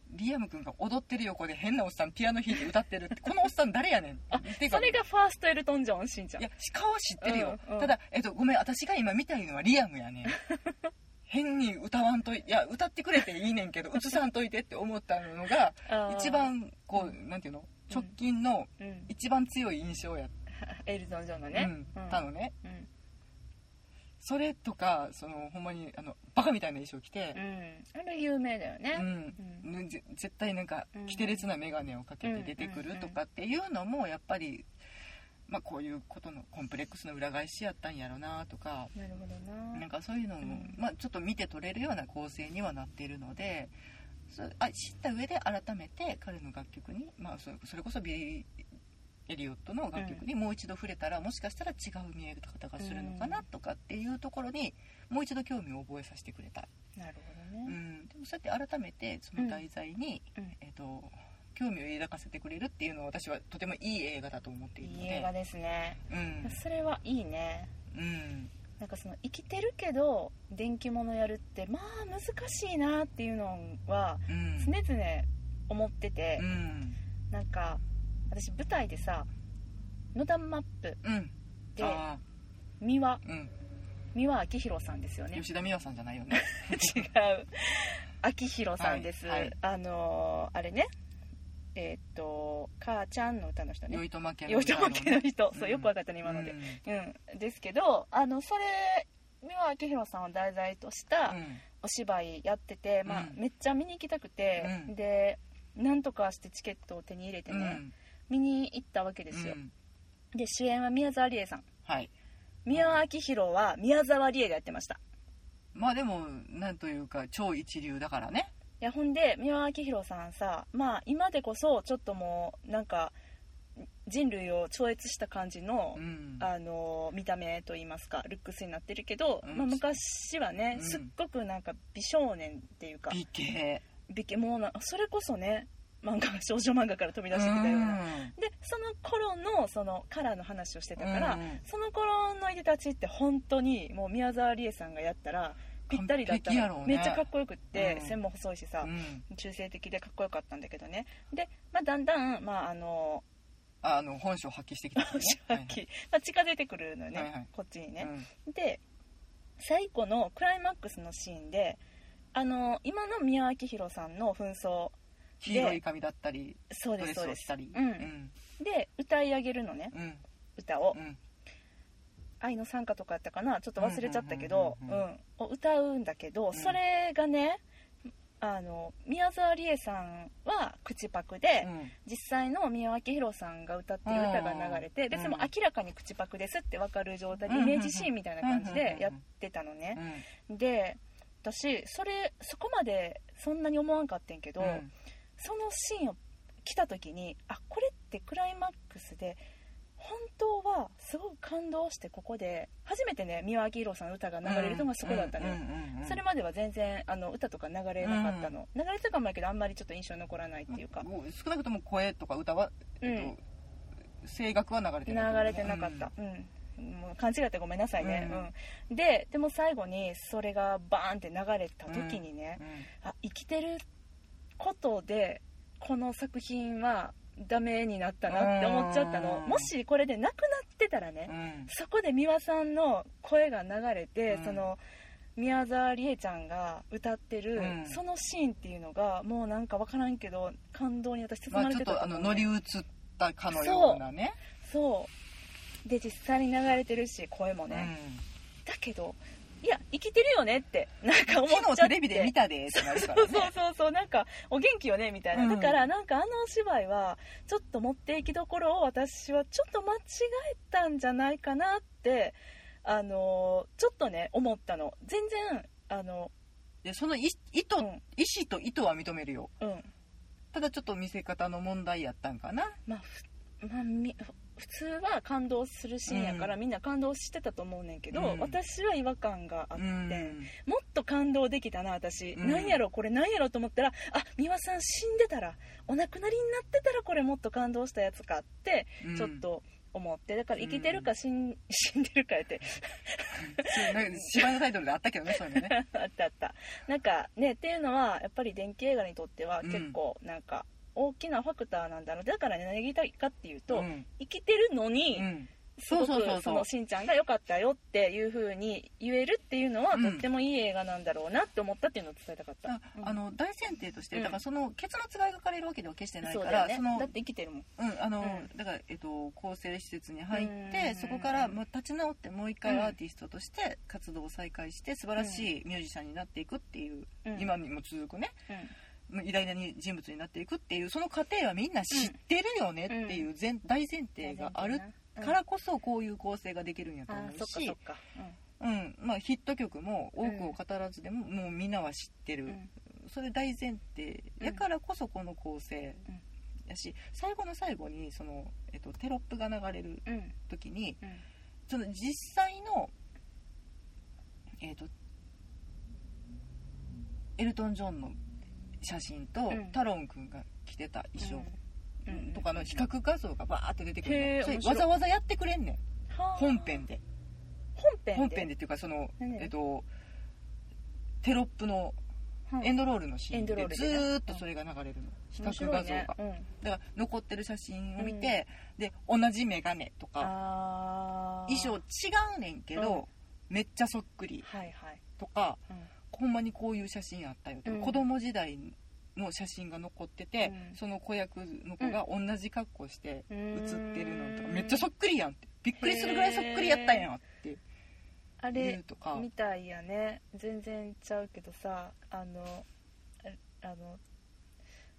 S2: リアム君が踊ってる横で変なおっさんピアノ弾いて歌ってる ってこのおっさん誰やねんっていうか
S1: それがファーストエルトン・ジョンしんちゃん
S2: いや顔知ってるよ、
S1: うんうん
S2: ただ、えっと、ごめん私が今見たいのはリアム やねん変に歌わんといいや歌ってくれていいねんけど映さんといてって思ったのが
S1: あー
S2: 一番こうなんていうの直近の
S1: うん
S2: 一番強い印象やっ
S1: エルトン・ジョンの
S2: た,、
S1: ね
S2: うん
S1: うん
S2: たのね
S1: うん
S2: それとかそのほんまにあのバカみたいな衣装着て
S1: う、んあれ有名だよ
S2: う
S1: ね
S2: んねぜ絶対なんか
S1: うん
S2: 奇てれつな眼鏡をかけて出てくるとかっていうのもやっぱり、まあ、こういうことのコンプレックスの裏返しやったんやろなとか。
S1: なるほど
S2: な
S1: なん
S2: かそういうのも、
S1: うん
S2: まあ、ちょっと見て取れるような構成にはなっているのでそあ知った上で改めて彼の楽曲に、まあ、そそれこそビリー・エリオットの楽曲にもう一度触れたら、もしかしたら違う見え方がするのかなとかっていうところにもう一度興味を覚えさせてくれた、
S1: なるほ
S2: う
S1: どね
S2: ん、でもそうやって改めてその題材に、
S1: うんうん
S2: えっと興味を抱かせてくれるっていうのは私はとてもいい映画だと思っているの
S1: いい
S2: で
S1: 映画ですね
S2: うん
S1: それはいいね
S2: うん
S1: なんかその生きてるけど電気物やるってまあ難しいなっていうのは
S2: うん
S1: 常々思ってて
S2: う、ん
S1: なんか私舞台でさ「野田マップ
S2: うん」
S1: で
S2: あ
S1: 三輪
S2: ーうん
S1: 三輪明宏さんですよね
S2: 吉田美和さんじゃないよ ね
S1: 違う明宏さんです、
S2: はいはい
S1: あのーあれねえーっと「母ちゃんの歌」の人
S2: 酔
S1: ね
S2: いとまけ
S1: よいとまけの人、そううんよくわかったね今ので、うん、ですけどあのそれ三輪明宏さんを題材としたお芝居やってて、まあ
S2: うん
S1: めっちゃ見に行きたくて、
S2: うん
S1: でなんとかしてチケットを手に入れて
S2: うん
S1: ね、見に行ったわけですよ、
S2: うん
S1: で主演は宮沢りえさん
S2: はい
S1: 宮輪明宏は宮沢りえがやってました
S2: まあでもなんというか超一流だからね
S1: いやほんで宮輪明宏さんさまあ今でこそちょっともうなんか人類を超越した感じの、
S2: うん
S1: あの見た目といいますかルックスになってるけど、
S2: うん
S1: まあ、昔はね、
S2: うん
S1: すっごくなんか美少年っていうか
S2: 美形
S1: 美形もうなそれこそね漫画 少女漫画から飛び出してきたようなでその頃のそのカラーの話をしてたから、
S2: うん
S1: その頃のいでたちって本当にもう宮沢りえさんがやったらぴったりだった
S2: 完璧や
S1: の
S2: ろうね
S1: めっちゃかっこよくって、
S2: うん
S1: 線も細いしさ、
S2: うん
S1: 中性的でかっこよかったんだけどねで、まあ、だんだん、まああの
S2: あの本性発揮してきた からね
S1: 正直まあ、近づいてくるのよね、
S2: はいはい
S1: こっちに
S2: はい
S1: ね
S2: は、い
S1: で最後のクライマックスのシーンであの今の宮脇宏さんの紛争
S2: 黄色い髪だったり
S1: そう
S2: ド
S1: で
S2: レ
S1: す
S2: ス
S1: そう
S2: を
S1: で
S2: し
S1: す
S2: たり
S1: うんで歌い上げるのね
S2: うんうん
S1: 歌を
S2: うん
S1: 愛の参加とかやったかなちょっと忘れちゃったけど
S2: う
S1: うんん
S2: うんうんうん
S1: を歌うんだけど、
S2: ん
S1: それがねあの宮沢りえさんは口パクで、
S2: うん
S1: 実際の宮脇宏さんが歌ってる歌が流れ
S2: うん
S1: て別も明らかに口パクですって分かる状態で
S2: うん
S1: イメージシーンみたいな感じでやってたの
S2: う
S1: ね
S2: ん
S1: で私それそこまでそんなに思わんかってんけど、
S2: うん
S1: そのシーンを来た時にあこれってクライマックスで本当はすごく感動してここで初めてね三輪明宏さんの歌が流れるのがそこだったのよ、
S2: うんうんうん
S1: それまでは全然あの歌とか流れなかったの、流れてたかもやけどあんまりちょっと印象に残らないっていうか、
S2: 少なくとも声とか歌は、えっと
S1: うん
S2: 声楽は流れて
S1: 流
S2: ない
S1: れてなかった、うんもう勘違いってごめんなさいね、
S2: う
S1: うんんででも最後にそれがバーンって流れた時にね、あ生きてることでこの作品はダメになったなって思っちゃったの
S2: うん
S1: もしこれでなくなってたらね、
S2: うんうん
S1: そこで美輪さんの声が流れて、
S2: うん
S1: その宮沢りえちゃんが歌ってる、
S2: うん
S1: そのシーンっていうのがもうなんか分からんけど感動に私包
S2: ま
S1: ま
S2: あ
S1: れ
S2: ちょって
S1: た
S2: と
S1: と
S2: あ
S1: 思
S2: の
S1: うね
S2: 乗り移ったかのようなね
S1: そうで実際に流れてるし声も
S2: う
S1: ね、
S2: ん
S1: だけどいや生きてるよねってなんか思っちゃって
S2: 昨日テレビで見たでってなる か
S1: そ
S2: ら
S1: うそう
S2: ね
S1: そうそうなんかお元気よねみたいな、
S2: うん
S1: だからなんかあのお芝居はちょっと持っていきどころを私はちょっと間違えたんじゃないかなってあのーちょっとね思ったの全然あの
S2: でその意意図
S1: うん
S2: 意思と意図は認めるよ
S1: うん
S2: ただちょっと見せ方の問題やったんかな
S1: まあふ、まあ、み普通は感動するシーンやから、
S2: う
S1: みんな感動してたと思うねんけど、
S2: うん
S1: 私は違和感があっ
S2: う
S1: て、
S2: ん
S1: もっと感動できたな私、
S2: うん
S1: なんやろこれなんやろと思ったらあ美輪さん死んでたらお亡くなりになってたらこれもっと感動したやつかって
S2: うん
S1: ちょっと思って、だから生きてるか死ん,、 死んでるかやって
S2: そうなんか芝居のタイトルであったけどねそういうのね
S1: あったあったなんかねっていうのはやっぱり電気映画にとっては結構なんか大きなファクターなんだろうだからね何が言いたいかっていうと、
S2: うん
S1: 生きてるのに、
S2: うん
S1: すごく
S2: そうそうそうそう
S1: そのしんちゃんが良かったよっていう風に言えるっていうのは、
S2: うん
S1: とってもいい映画なんだろうなって思ったっていうのを伝えたかった、
S2: あ
S1: うん
S2: あの大前提として
S1: うん
S2: だからその結末が描かれるわけでは決してない
S1: そう
S2: か
S1: だよ
S2: ら
S1: ね
S2: その
S1: だって生きてるもん
S2: うんあの
S1: う
S2: だからえっと更生施設に入っ
S1: う
S2: て
S1: ん
S2: そこからもう立ち直ってもう一回
S1: うん
S2: アーティストとして活動を再開して素晴らしいミュージシャンになっていくっていう
S1: うん
S2: 今にも続くね
S1: うん
S2: もう偉大な人物になっていくっていうその過程はみんな知ってるよねっていう前大前提があるからこそこういう構成ができるんやと
S1: あ
S2: 思
S1: ーそっか
S2: う
S1: そっ
S2: し、
S1: か、
S2: うんまあ、ヒット曲も多くを語らずでももうみんなは知って
S1: う
S2: る
S1: んうん
S2: それ大前提やからこそこの構成
S1: うん
S2: やし最後の最後にその、えっと、テロップが流れる
S1: うん
S2: 時に
S1: うん
S2: その実際の、えっと、エルトン・ジョンの写真と、
S1: うん
S2: タロン君が着てた衣装
S1: うん
S2: とかの比較画像がバーって出てく
S1: へ
S2: る
S1: ー
S2: のそれ
S1: 面白
S2: わ
S1: い
S2: ざわざやってくれんねん
S1: はあ
S2: 本編で
S1: 本編で
S2: 本編でっていうかその、
S1: 何々
S2: えっと、テロップの
S1: はあ
S2: エンドロールのシーン
S1: エンドロール
S2: でず
S1: でね
S2: ーっとそれが流れるの比
S1: 面
S2: 較
S1: 白
S2: 画
S1: い
S2: 像
S1: ね
S2: が
S1: うん
S2: だから残ってる写真を見て、で同じ眼鏡とか
S1: あー
S2: 衣装違うねんけど、めっちゃそっくり
S1: はいはい、
S2: とか
S1: うん
S2: ほんまにこういう写真あったよとか、
S1: うん
S2: 子供時代の写真が残ってて、
S1: うん
S2: その子役の子が同じ格好して
S1: 映
S2: 写ってるのとか、めっちゃそっくりやんってびっくりするぐらいそっくりやったんやっていう
S1: あ
S2: 言う
S1: れ
S2: とか
S1: みたいやね全然ちゃうけどさあのああの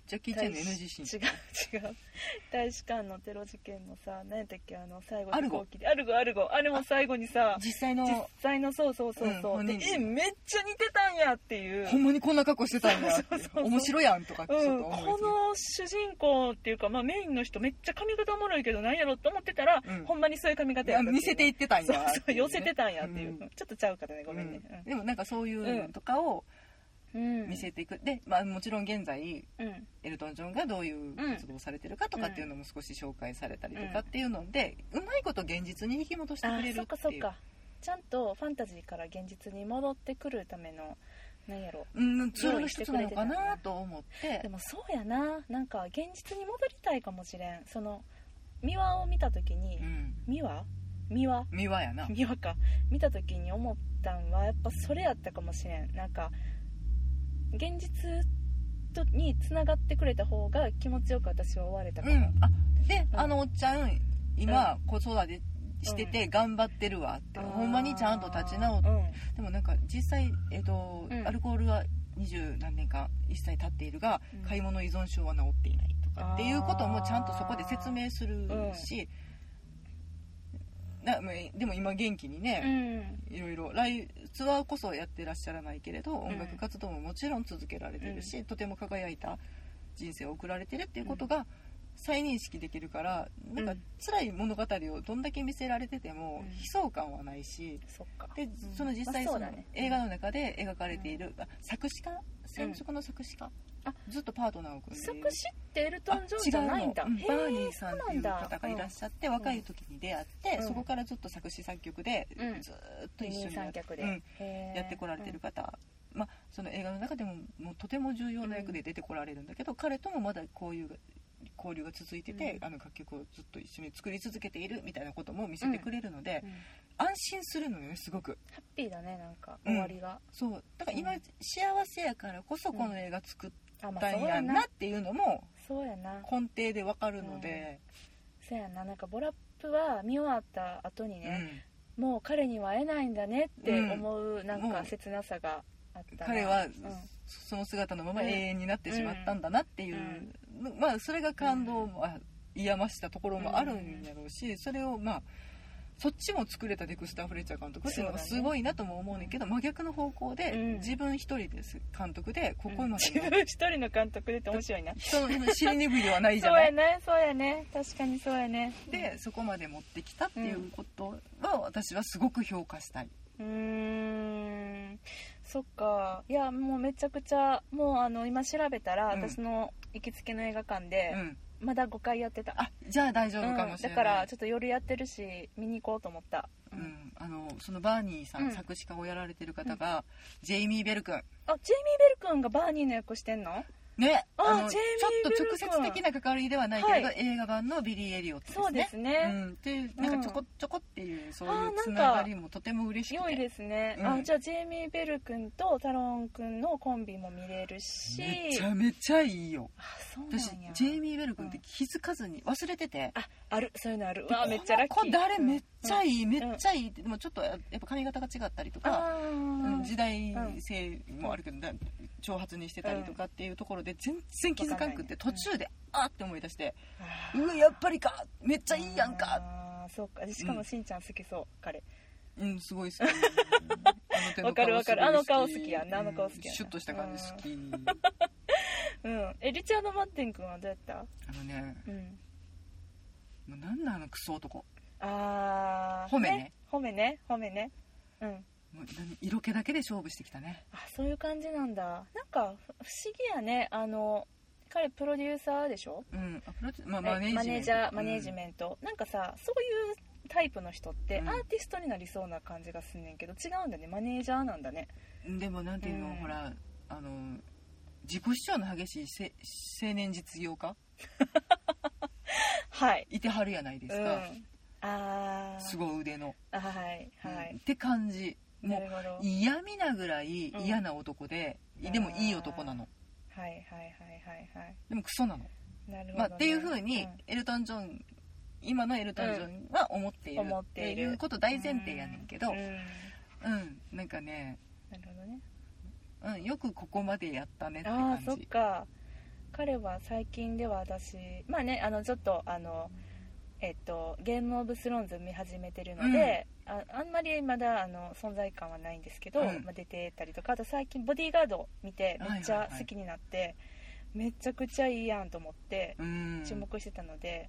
S2: ジャッキー・チェンの NG シーン
S1: 大使違う違う 大使館のテロ事件のさ何やったっけあの最後
S2: アルゴ
S1: 飛行機でアルゴアルゴあれも最後にさ
S2: 実際の
S1: 実際のそうそうそうそう、
S2: うん
S1: で
S2: 本人
S1: えめっちゃ似てたんやっていう
S2: ほんまにこんな格好してたんやって
S1: そうそうそう
S2: 面白いやんとかってち
S1: う
S2: ょっ
S1: ん、
S2: と
S1: こ
S2: 思いつつ
S1: の主人公っていうか、まあ、メインの人めっちゃ髪型おもろいけどなんやろと思ってたら、
S2: うん
S1: ほんまにそういう髪型やったっ
S2: あ
S1: ていう
S2: 見せていってたんや
S1: そう
S2: ってい
S1: そう
S2: ね
S1: 寄せてたんやっていう、
S2: うん
S1: ちょっとちゃうからねごめんね、
S2: うんでもなんかそういうのとかを
S1: うん
S2: 見せていく、で、まあ、もちろん現在
S1: うん
S2: エルトン・ジョンがどういう活動をされてるかとかっていうのも少し紹介されたりとかっていうので、うまいこと現実に引き戻して
S1: あ
S2: くれる
S1: そっか
S2: っ
S1: そ
S2: て
S1: っ
S2: いう
S1: かちゃんとファンタジーから現実に戻ってくるためのなんやろ
S2: うんツールの一つなのかなと思って
S1: でもそうやななんか現実に戻りたいかもしれんそのミワを見た時に、
S2: うん
S1: ミワミワ
S2: 美和やな
S1: ミワか見た時に思ったんはやっぱそれやったかもしれんなんか現実とにつながってくれた方が気持ちよく私は終われた
S2: う
S1: か
S2: ん
S1: ら、
S2: あで、
S1: うん
S2: あのおっちゃん今子育てしてて頑張ってるわって、ほんまにちゃんと立ち直って
S1: う
S2: でもなんか実際、えっと
S1: うん
S2: アルコールは二十何年か一切経っているが、
S1: うん
S2: 買い物依存症は治っていないとかっていうこともちゃんとそこで説明するし、なもうでも今元気にね、
S1: ん、うん
S2: いろいろ来ツアーこそやってらっしゃらないけれど音楽活動ももちろん続けられてるし、とても輝いた人生を送られてるっていうことが再認識できるからなんか
S1: うん
S2: 辛い物語をどんだけ見せられてても
S1: うん
S2: 悲壮感はないし。
S1: そっか
S2: で
S1: うん
S2: その実際
S1: まあそ
S2: そ
S1: う
S2: の
S1: だね
S2: 映画の中で描かれているあ作詞家専属の作詞家
S1: ああ
S2: ずっとパートナーを組んでいる
S1: 作詞ってエルトン・ジョンじゃないんだ
S2: あ違うの
S1: へ
S2: バ
S1: ー
S2: ーニーさんっていう方がいらっしゃって、
S1: ん
S2: 若い時に出会って、
S1: うん
S2: そこからずっと作詞作曲で、
S1: うん
S2: ずっと
S1: 二
S2: 一
S1: 人
S2: 緒にやっ
S1: 三脚で、
S2: うん
S1: へー
S2: やってこられてる方、まあ、その映画の中でももうとても重要な役で出てこられるんだけど、彼ともまだこういう交流が続いてて、
S1: うん
S2: あの楽曲をずっと一緒に作り続けているみたいなことも見せてくれるので
S1: う、ん、うん
S2: 安心するのよねすごく
S1: ハッピーだねなんか
S2: うん
S1: 終わりが、
S2: そうだから今、
S1: うん
S2: 幸せやからこそこの映画作っ
S1: あま
S2: た
S1: あ
S2: ん
S1: そう
S2: や
S1: や
S2: んな
S1: な
S2: っていうのも
S1: そうやな
S2: 根底でわかるので、
S1: そうやななんかボラップは見終わった後に
S2: うん
S1: ね、もう彼には会えないんだねって思うなん
S2: う
S1: か
S2: ん
S1: 切なさがあったな
S2: 彼は、
S1: うん
S2: その姿のまま
S1: うん
S2: 永遠になってしまったんだなっていう、まあそれが感動も、あ癒ましたところもあるんやろうし、それをまあそっちも作れたデクスター・フレッチャー監督っていうのが
S1: そうだね
S2: すごいなとも思うねんけど、真逆の方向で、
S1: うん
S2: 自分一人です監督でここま
S1: 自
S2: での、
S1: 分一人の監督でって面白いな
S2: 人の尻拭いはないじゃ
S1: そう
S2: な
S1: や
S2: い。
S1: ねそうやね確かにそうやね
S2: でそこまで持ってきたっていうことは私はすごく評価したい。
S1: うーんそっかいやもうめちゃくちゃもうあの今調べたら、
S2: うん
S1: 私の行きつけの映画館
S2: う
S1: で、
S2: ん、
S1: まだ5回やってた
S2: あじゃあ大丈夫か
S1: う
S2: も
S1: ん
S2: しれ
S1: だ
S2: ない。
S1: からちょっと夜やってるし見に行こうと思った、
S2: う
S1: うん
S2: ん、あのそのバーニーさん、
S1: うん
S2: 作詞家をやられてる方が、ジェイミー・ベル君
S1: あジェイミー・ベル君がバーニーの役してんの
S2: ね
S1: あー
S2: のち
S1: ジ
S2: ょ
S1: ェイミー
S2: っと
S1: ベル君
S2: 直接的な関わりではないけれど、
S1: は
S2: 映画版のビリー・エリオットですね
S1: そうですね、
S2: うん、っていうなんかちょこちょこっていうそうい
S1: あーなん
S2: う
S1: か
S2: つながりもとても嬉しく
S1: 良い
S2: て
S1: ですね、
S2: うん
S1: あじゃあジェイミー・ベル君とタロン君のコンビも見れるし
S2: めちゃめちゃいいよ
S1: あそうなんや
S2: 私ジェイミー・ベル君って気づかずに忘れてて、
S1: ああるそういうのある
S2: で
S1: わめっちゃラッ
S2: こ
S1: キ
S2: の
S1: ー
S2: 子誰めっちゃ
S1: いい、
S2: いい、めっちゃいいってでもちょっとやっぱ髪型が違ったり
S1: う
S2: と
S1: ん
S2: か、
S1: あー
S2: うん時代性もあるけどだ挑発にしてたりとかっていうところで全然気づかなくって
S1: わかんな
S2: 途
S1: いね
S2: 中であーって思い出して
S1: あ
S2: 「
S1: ー
S2: うわやっぱりかめっちゃいいやんか
S1: あーそうかしかもしんちゃん好きそう、彼」
S2: うんすごい好きあの手の顔すごい好き
S1: わかるわかるあの顔好きやんなあの顔好きやんな
S2: シュッとした感じ好き
S1: うんえリチャード・マッティン君はどうやった
S2: あのね
S1: うん
S2: もうなんだあのクソ男
S1: あー
S2: 褒めね
S1: 褒めね褒めねうん
S2: もう何色気だけで勝負してきたね
S1: あそういう感じなんだなんかふ不思議やねあの彼プロデューサーでしょ
S2: うんアプローチまあ
S1: え
S2: マネージメ
S1: マネー
S2: ント
S1: ジャーマネージメント、なんかさそういうタイプの人って
S2: うん
S1: アーティストになりそうな感じがすんねんけど違うんだねマネージャーなんだね
S2: うんでもなんていうの
S1: うん
S2: ほらあの自己主張の激しいせ青年実業家
S1: はい
S2: いてはるやないです
S1: うん
S2: か、
S1: ああ
S2: すごい腕の、
S1: はいはい、
S2: って感じ
S1: な
S2: も
S1: るほどは
S2: う
S1: い
S2: 嫌味なぐらい
S1: うん
S2: 嫌な男で、
S1: あー
S2: でもいい男なの
S1: はいはいはいはい
S2: でもクソなの、
S1: なるほど、ね
S2: まあ、っていうふうに
S1: ん
S2: エルトン・ジョン今のエルトン・ジョンは思っている、
S1: 思っている
S2: いうこと大前提やねんけど
S1: ううん
S2: うん、なんかね、
S1: なるほどね
S2: うん、よくここまでやったねって
S1: あ
S2: 感
S1: あ
S2: じ
S1: そっか彼は最近では私まあねあのちょっとあのえっと「ゲーム・オブ・スローンズ」見始めてるので、ああんまりまだあの存在感はないんですけど、
S2: うん
S1: まあ、出てたりとかあと最近「ボディーガード」見てめっち
S2: はい
S1: ゃ
S2: はいはい
S1: 好きになって、めちゃくちゃいいやんと思って
S2: うん
S1: 注目してたので、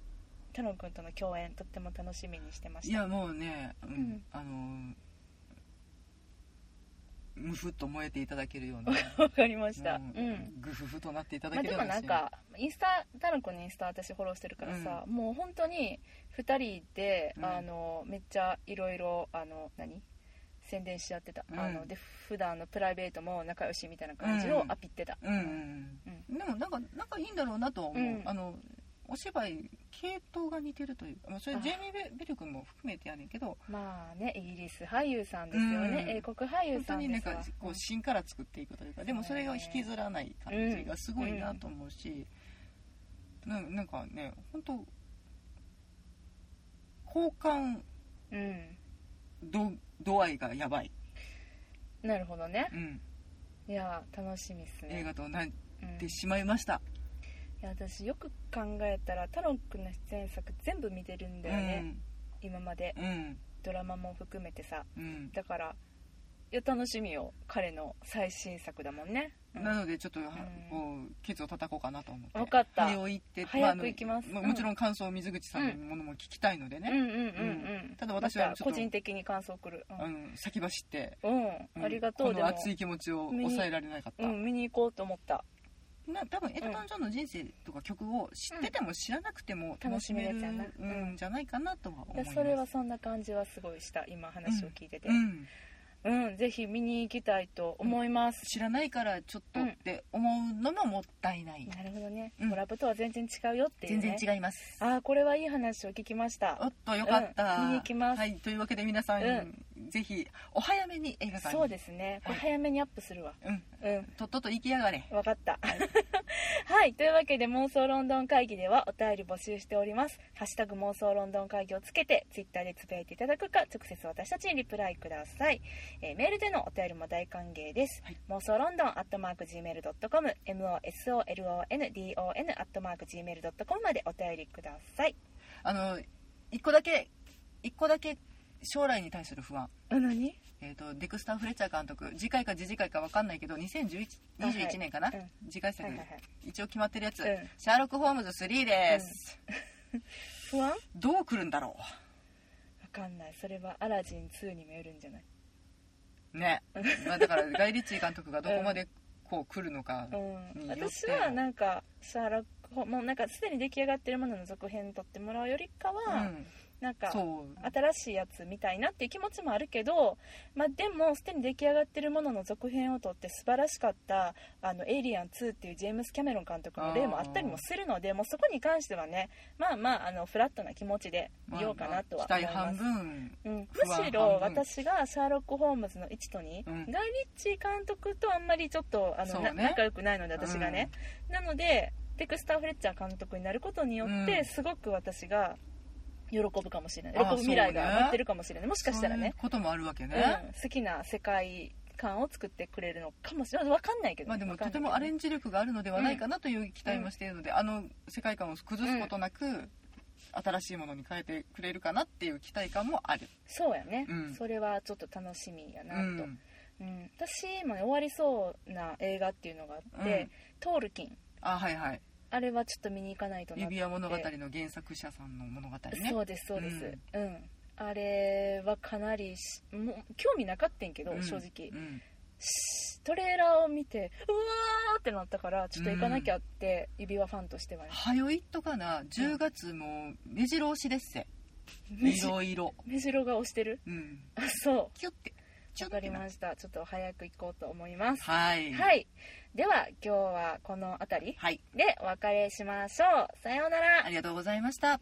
S1: タロン君との共演とっても楽しみにしてま
S2: い
S1: した
S2: やもうね、うん
S1: ん
S2: あのーむふっと燃えていただけるような
S1: わかりました、
S2: うん
S1: うん
S2: ぐふふとなっていただ
S1: まあ、
S2: ける
S1: で
S2: よう
S1: も
S2: な
S1: なんかインスタタロコのインスタ私フォローしてるからさ、もう本当に2人で、
S2: うん
S1: あのめっちゃいろいろあの何宣伝し合ってた、
S2: うん
S1: あので普段のプライベートも仲良しみたいな感じを
S2: うん
S1: アピってた、
S2: うんうんうん、でもなんかなんかいいんだろうなとは思う、
S1: うん
S2: あのお芝居系統が似てるというかまあそれ
S1: あ
S2: ジェイミー・ベベル君も含めてやねんけど
S1: まあねイギリス俳優さんですよね、
S2: うん
S1: 英国俳優
S2: 本
S1: さ
S2: 当
S1: ん
S2: にな
S1: で
S2: ん
S1: すわ
S2: かこ
S1: う
S2: うん芯から作っていくというかでもそれを引きずらない感じがすごいなと思うし、ななんかね本当好感
S1: うん
S2: 度度合いがやばい、
S1: なるほどね
S2: うん、
S1: いや楽しみっすね
S2: 映画となっ
S1: うん
S2: てしまいました、
S1: いや私よく考えたらタロン君の出演作全部見てるん
S2: う
S1: だよね、
S2: ん
S1: 今まで
S2: うん
S1: ドラマも含めてさ
S2: うん
S1: だからいや楽しみよ彼の最新作だもんね、うん
S2: なのでちょっとは、
S1: うん
S2: こうケツを叩こうかなと思って
S1: わかった
S2: 早う行って
S1: 早く
S2: ああの
S1: 行きます
S2: まあ
S1: うん
S2: もちろん感想を水口さんのものも聞きたいので
S1: うん
S2: ね、
S1: うんうんうん
S2: ただ私は
S1: また
S2: ち
S1: 個
S2: ょっと
S1: 人的に感想送る
S2: あの先走って、
S1: うん、うん
S2: うん
S1: ありがとう
S2: この熱い気持ちを抑えられなかった、
S1: うん見に行こうと思った
S2: な多分エルトン・ジョンの人生とか曲を知ってても知らなくても
S1: うん
S2: 楽しめ
S1: 楽
S2: る、
S1: しめるやつやなうん
S2: うん、じゃないかなとは思い
S1: で
S2: ます
S1: それはそんな感じはすごいした今話を聞いてて
S2: うん、
S1: うん、ぜひ見に行きたいと思います、
S2: 知らないからちょっと
S1: うん
S2: って思うのももったいない、
S1: なるほどね、
S2: うん
S1: コラボとは全然違うよっていう、
S2: 全
S1: ね、
S2: 然違います
S1: ああこれはいい話を聞きました
S2: おっとよかった、
S1: うん見に行きます
S2: はい、というわけで皆さん、ぜひお早めに映画館に
S1: そうですねこれ
S2: はい
S1: 早めにアップするわ
S2: うん、
S1: うん
S2: とっとと行きやがれ
S1: わかった。 はい。というわけで、妄想ロンドン会議ではお便り募集しております。ハッシュタグ妄想ロンドン会議をつけて、ツイッターでつぶやいていただくか、直接私たちにリプライください。えーメールでのお便りも大歓迎です。
S2: はい
S1: 妄想ロンドンアットマーク Gmail.com、MOSOLONDON アットマーク Gmail.com までお便りください。
S2: あの一個だけ一個だけ将来に対する不安
S1: あ、何
S2: えー、とデクスター・フレッチャー監督次回か次次回か分かんないけど
S1: はいはい
S2: 2021年かな、
S1: うん
S2: 次回
S1: は
S2: 作、
S1: いはいはい。
S2: 一応決まってるやつ、
S1: うん
S2: シャーロック・ホームズ3です、
S1: 不安わ
S2: どう来るんだろ
S1: かんない。それはアラジン2にもよるんじゃないう
S2: ね、まあ、だからガイ・リッチー監督がどこまでこう来るのか、
S1: うん、
S2: によって
S1: 私はなんかシャーロックホもうなんかすでに出来上がってるものの続編撮ってもらうよりか
S2: う
S1: は、
S2: ん、
S1: なんか
S2: そう
S1: 新しいやつ見たいなっていう気持ちもあるけど、まあ、でもすでに出来上がってるものの続編を撮って素晴らしかった「あのエイリアン2」っていうジェームス・キャメロン監督の例もあったりもするのでもうそこに関してはねまあまああのフラットな気持ちで見ようかなとは思います。
S2: まあ期待半分
S1: うん、
S2: 不安
S1: むしろ
S2: 半分
S1: 私がシャーロック・ホームズの1と2、
S2: うん
S1: ガイ・リッチー監督とあんまりちょっとあの、
S2: そう
S1: な
S2: ね
S1: 仲良くないので私がね、なのでデクスター・フレッチャー監督になることによって、
S2: うん
S1: すごく私が喜ぶかもしれない喜
S2: あ
S1: ぶ未来が
S2: そうね
S1: 待ってるかもしれない、もしかしたらね
S2: そういうこともあるわけ
S1: う
S2: ね、
S1: ん、好きな世界観を作ってくれるのかもしれない分かんないけど、
S2: まあ、でも
S1: わかん
S2: と
S1: ないけど
S2: てもアレンジ力があるのではないかなという期待もしているので、あの世界観を崩すことなく、新しいものに変えてくれるかなっていう期待感もある、
S1: そうやね、
S2: うん
S1: それはちょっと楽しみやな
S2: う
S1: と、
S2: ん、
S1: うん私もね終わりそうな映画っていうのがあって、
S2: うん
S1: トールキン
S2: あはいはい
S1: あれはちょっと見に行かないとなって
S2: 指輪物語の原作者さんの物語ね
S1: そうですそうですうん、あれはかなりしもう興味なかったんけど、
S2: うん
S1: 正直
S2: うん
S1: しトレーラーを見てうわーってなったからちょっと行かなきゃって、指輪ファンとしてはね
S2: 早いっとかな10月も目白押しですせ
S1: 目
S2: い
S1: 白
S2: ろいろ
S1: 目白が押してる
S2: うん
S1: あそ
S2: キュッて
S1: う
S2: キュ
S1: わ
S2: ッ
S1: か
S2: て
S1: り
S2: な
S1: ましたちょっと早く行こうと思います
S2: はい
S1: はい、では今日はこの辺り
S2: はい
S1: でお別れしましょうさようなら
S2: ありがとうございました